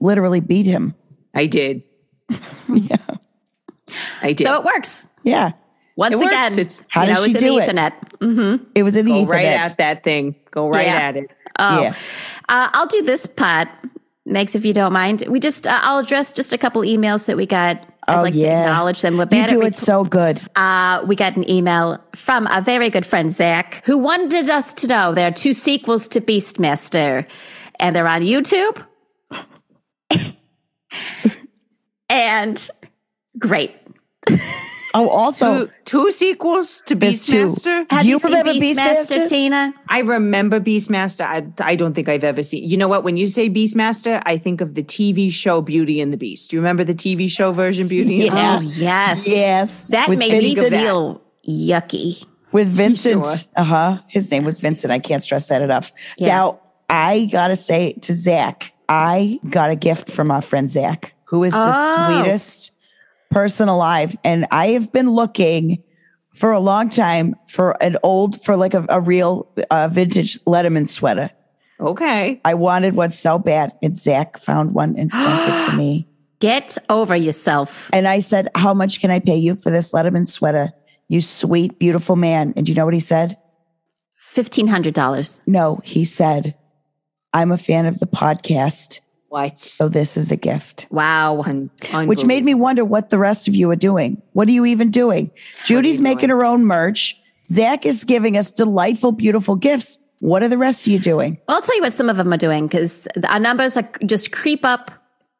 literally beat him.
I did.
Yeah.
I did.
So it works.
Yeah.
Once
It works.
again,
It's-
How
you
does
know,
she
it's
do
in
it?
the Ethernet. Mm-hmm.
It was in the
go
ethernet.
right at that thing. Go right
Yeah.
at it.
Oh,
Yeah.
uh, I'll do this part, Megs, if you don't mind. We just, uh, I'll address just a couple emails that we got. I'd
Oh,
like to
yeah.
acknowledge them. We're
You
bad
do
at
it so good.
uh, we got an email from a very good friend, Zach, who wanted us to know there are two sequels to Beastmaster, and they're on YouTube. and great.
Oh, also,
Two, two sequels to
There's two.
Beastmaster.
Have
Do
you,
you
seen
remember
Beastmaster,
Beastmaster?
Tina?
I remember Beastmaster. I, I don't think I've ever seen. You know what? When you say Beastmaster, I think of the TV show Beauty and the Beast. Do you remember the TV show version Beauty and the
Yeah.
Oh,
Beast?
yes.
yes.
That
with
made
Vincent,
me feel yucky.
With Vincent.
Sure.
Uh huh. His name was Vincent. I can't stress that enough.
Yeah.
Now, I got to say to Zach, I got a gift from our friend Zach, who is
Oh.
the sweetest person alive. And I have been looking for a long time for an old, for like a, a real uh, vintage Letterman sweater.
Okay.
I wanted one so bad, and Zach found one and sent it to me.
Get over yourself.
And I said, How much can I pay you for this Letterman sweater? You sweet, beautiful man. And you know what he said?
$1,500.
No, he said, I'm a fan of the podcast.
What?
So this is a gift,
Wow.
Un-
which made me wonder what the rest of you are doing. What are you even doing? Judy's making her own merch. Zach is giving us delightful, beautiful gifts. What are the rest of you doing?
Well, I'll tell you what some of them are doing because our numbers are just creep up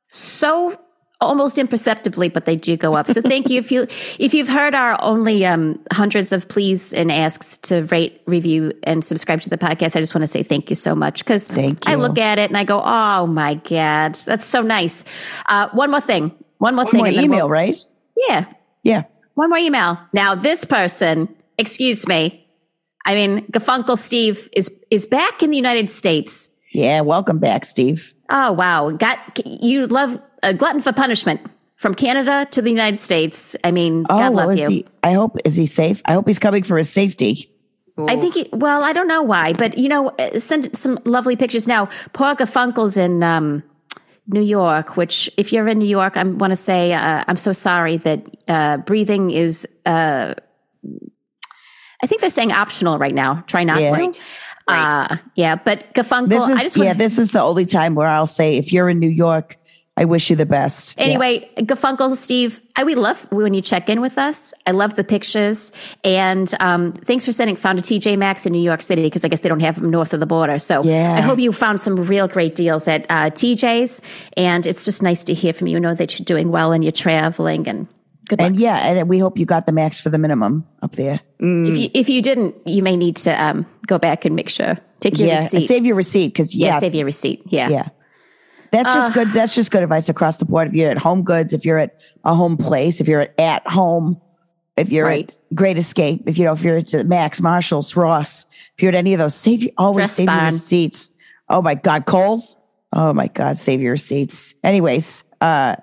so almost imperceptibly, but they do go up. So thank you if you if you've heard our only um, hundreds of pleas and asks to rate, review, and subscribe to the podcast. I just want to say thank you so much because
Thank
I
you.
look at it and I go, oh my god, that's so nice. Uh, one more thing, one more
One
thing,
more
and then
email,
we'll-
right?
yeah,
Yeah.
one more email. Now this person, excuse me, I mean, Gafunkel Steve is is back in the United States.
Yeah, welcome back, Steve.
Oh wow, got you love a glutton for punishment from Canada to the United States. I mean,
Oh,
God
well,
love
is
you.
he? I hope is he safe? I hope he's coming for his safety.
I think, he, well, I don't know why, but you know, uh, send some lovely pictures now. Paul Gafunkel's in um, New York, which, if you're in New York, I want to say uh, I'm so sorry that uh, breathing is, uh, I think they're saying optional right now. Try not
Yeah.
to. Uh, yeah, but Gafunkel,
This
I
is
just
yeah.
want
This is the only time where I'll say, if you're in New York, I wish you the best. Yeah.
Anyway, Gafunkel Steve, I we love when you check in with us. I love the pictures, and um, thanks for sending. Found a TJ Maxx in New York City because I guess they don't have them north of the border. So
Yeah.
I hope you found some real great deals at uh, TJ's, and it's just nice to hear from you. Know that you're doing well and you're traveling, and good luck.
and yeah, and we hope you got the max for the minimum up there.
if, you, if you didn't, you may need to um, go back and make sure take your
yeah, and
receipt.
save your receipt because
yeah,
yeah,
save your receipt. Yeah,
yeah. That's just good. That's just good advice across the board. If you're at Home Goods, if you're at a home place, if you're at at home, if you're
Right.
at Great Escape, if you know if you're at Max, Marshalls, Ross, if you're at any of those, save your always
Dress
save your
barn.
receipts. Oh my God, Coles. Oh my God, save your receipts. Anyways, uh,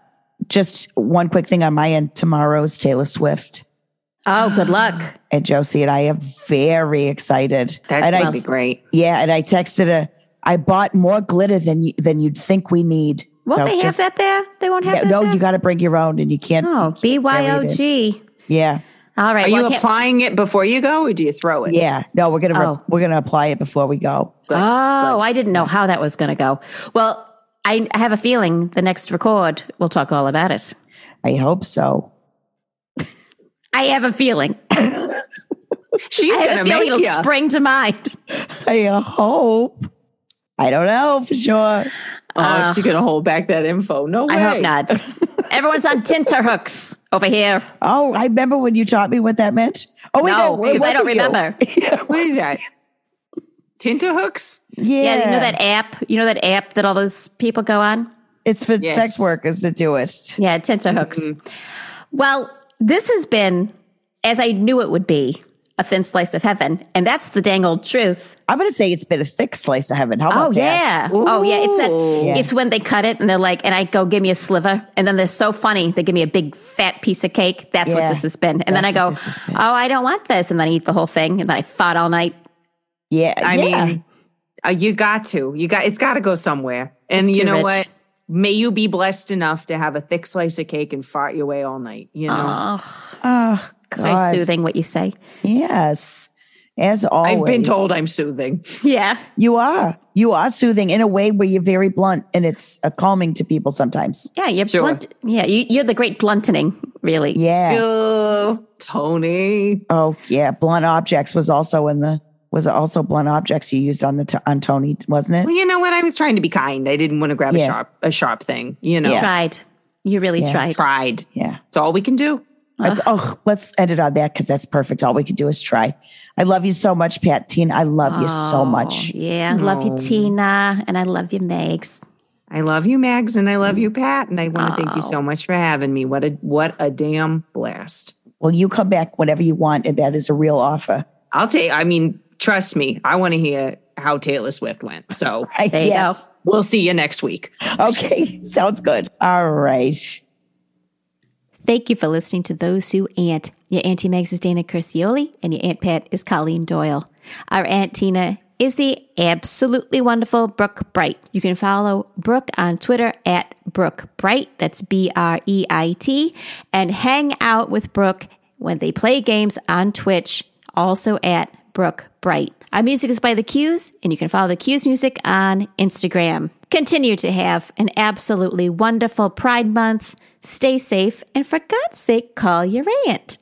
just one quick thing on my end. Tomorrow's Taylor Swift
Oh, good luck.
and Josie and I are very excited.
That's
and
gonna
I,
be great.
yeah, and I texted a. I bought more glitter than you, than you'd think we need.
Won't
So
they have
just-
that there? They won't have
Yeah,
that.
no,
there?
you got to bring your own, and you can't.
Oh, B Y O G.
Yeah,
All right.
Are
well,
you
I can't-
applying it before you go, or do you throw it?
yeah. No, we're gonna
Oh.
we're gonna apply it before we go.
Oh, I didn't know how that was going to go. Well, I I have a feeling the next record we'll talk all about it.
I hope so.
I have a feeling.
She's
I have
gonna
a feeling
make
it'll
you.
spring to mind.
I hope. I don't know for sure.
oh, she's gonna hold back that info. No way.
uh, I hope not. Everyone's on tinterhooks over here.
Oh, I remember when you taught me what that meant. Oh, wait,
No,
no, it
because I don't
wasn't you.
remember.
What is that? Tinterhooks?
Yeah,
Yeah, you know that app. You know that app that all those people go on.
it's for
Yes.
sex workers to do it.
Yeah, tenterhooks.
Mm-hmm.
Well, this has been as I knew it would be a thin slice of heaven, and that's the dang old truth.
I'm gonna say it's been a thick slice of heaven. How
Oh
about that?
yeah. Oh yeah. It's that
Ooh.
Yeah.
it's when they cut it and they're like, and I go, give me a sliver. And then they're so funny. They give me a big fat piece of cake. That's what
Yeah.
this has been. And then I
That's
go,
what this has
Oh, I don't want this. And then I eat the whole thing. And then I fought all night.
Yeah,
I
yeah.
mean, uh, you got to. You got. It's got to go somewhere. And
It's
you
too
know
rich.
what? May you be blessed enough to have a thick slice of cake and fart your way all night. You know.
Oh,
oh,
it's
God.
very soothing what you say.
Yes, as always.
I've been told I'm soothing.
Yeah.
You are. You are soothing in a way where you're very blunt and it's a calming to people sometimes.
Yeah. You're
Sure.
blunt. Yeah. You, you're the great bluntening, really.
Yeah.
Ew, Tony.
Oh, yeah. Blunt objects was also in the was also blunt objects you used on the t- on Tony, wasn't
Well,
it?
you know what? I was trying to be kind. I didn't want to grab a
Yeah.
sharp a sharp thing. You know,
You tried. You really
Yeah.
tried.
pride.
Yeah.
It's all we can do.
Let's oh, let's end it on that because that's perfect. All we can do is try. I love you so much, Pat Teen. I love you so much.
Oh, Yeah. I Love you,
No.
Tina. And I love you, Megs.
I love you, Mags, and I love you, Pat, and I want to thank you
Oh.
so much for having me. What a what a damn blast!
Well, you come back whenever you want, and that is a real offer.
I'll take. I mean, trust me. I want to hear how Taylor Swift went. So
I,
There you go.
we'll see you next week.
Okay. Sounds good. All right.
Thank you for listening to Those Who Aunt. Your Auntie Megs is Dana Curcioli, and your Aunt Pat is Colleen Doyle. Our Aunt Tina is the absolutely wonderful Brooke Bright. You can follow Brooke on Twitter at Brooke Bright. That's B R E I T. And hang out with Brooke when they play games on Twitch, also at Brooke Bright. Our music is by The Q's, and you can follow The Q's music on Instagram. Continue to have an absolutely wonderful Pride Month. Stay safe, and for God's sake, call your aunt.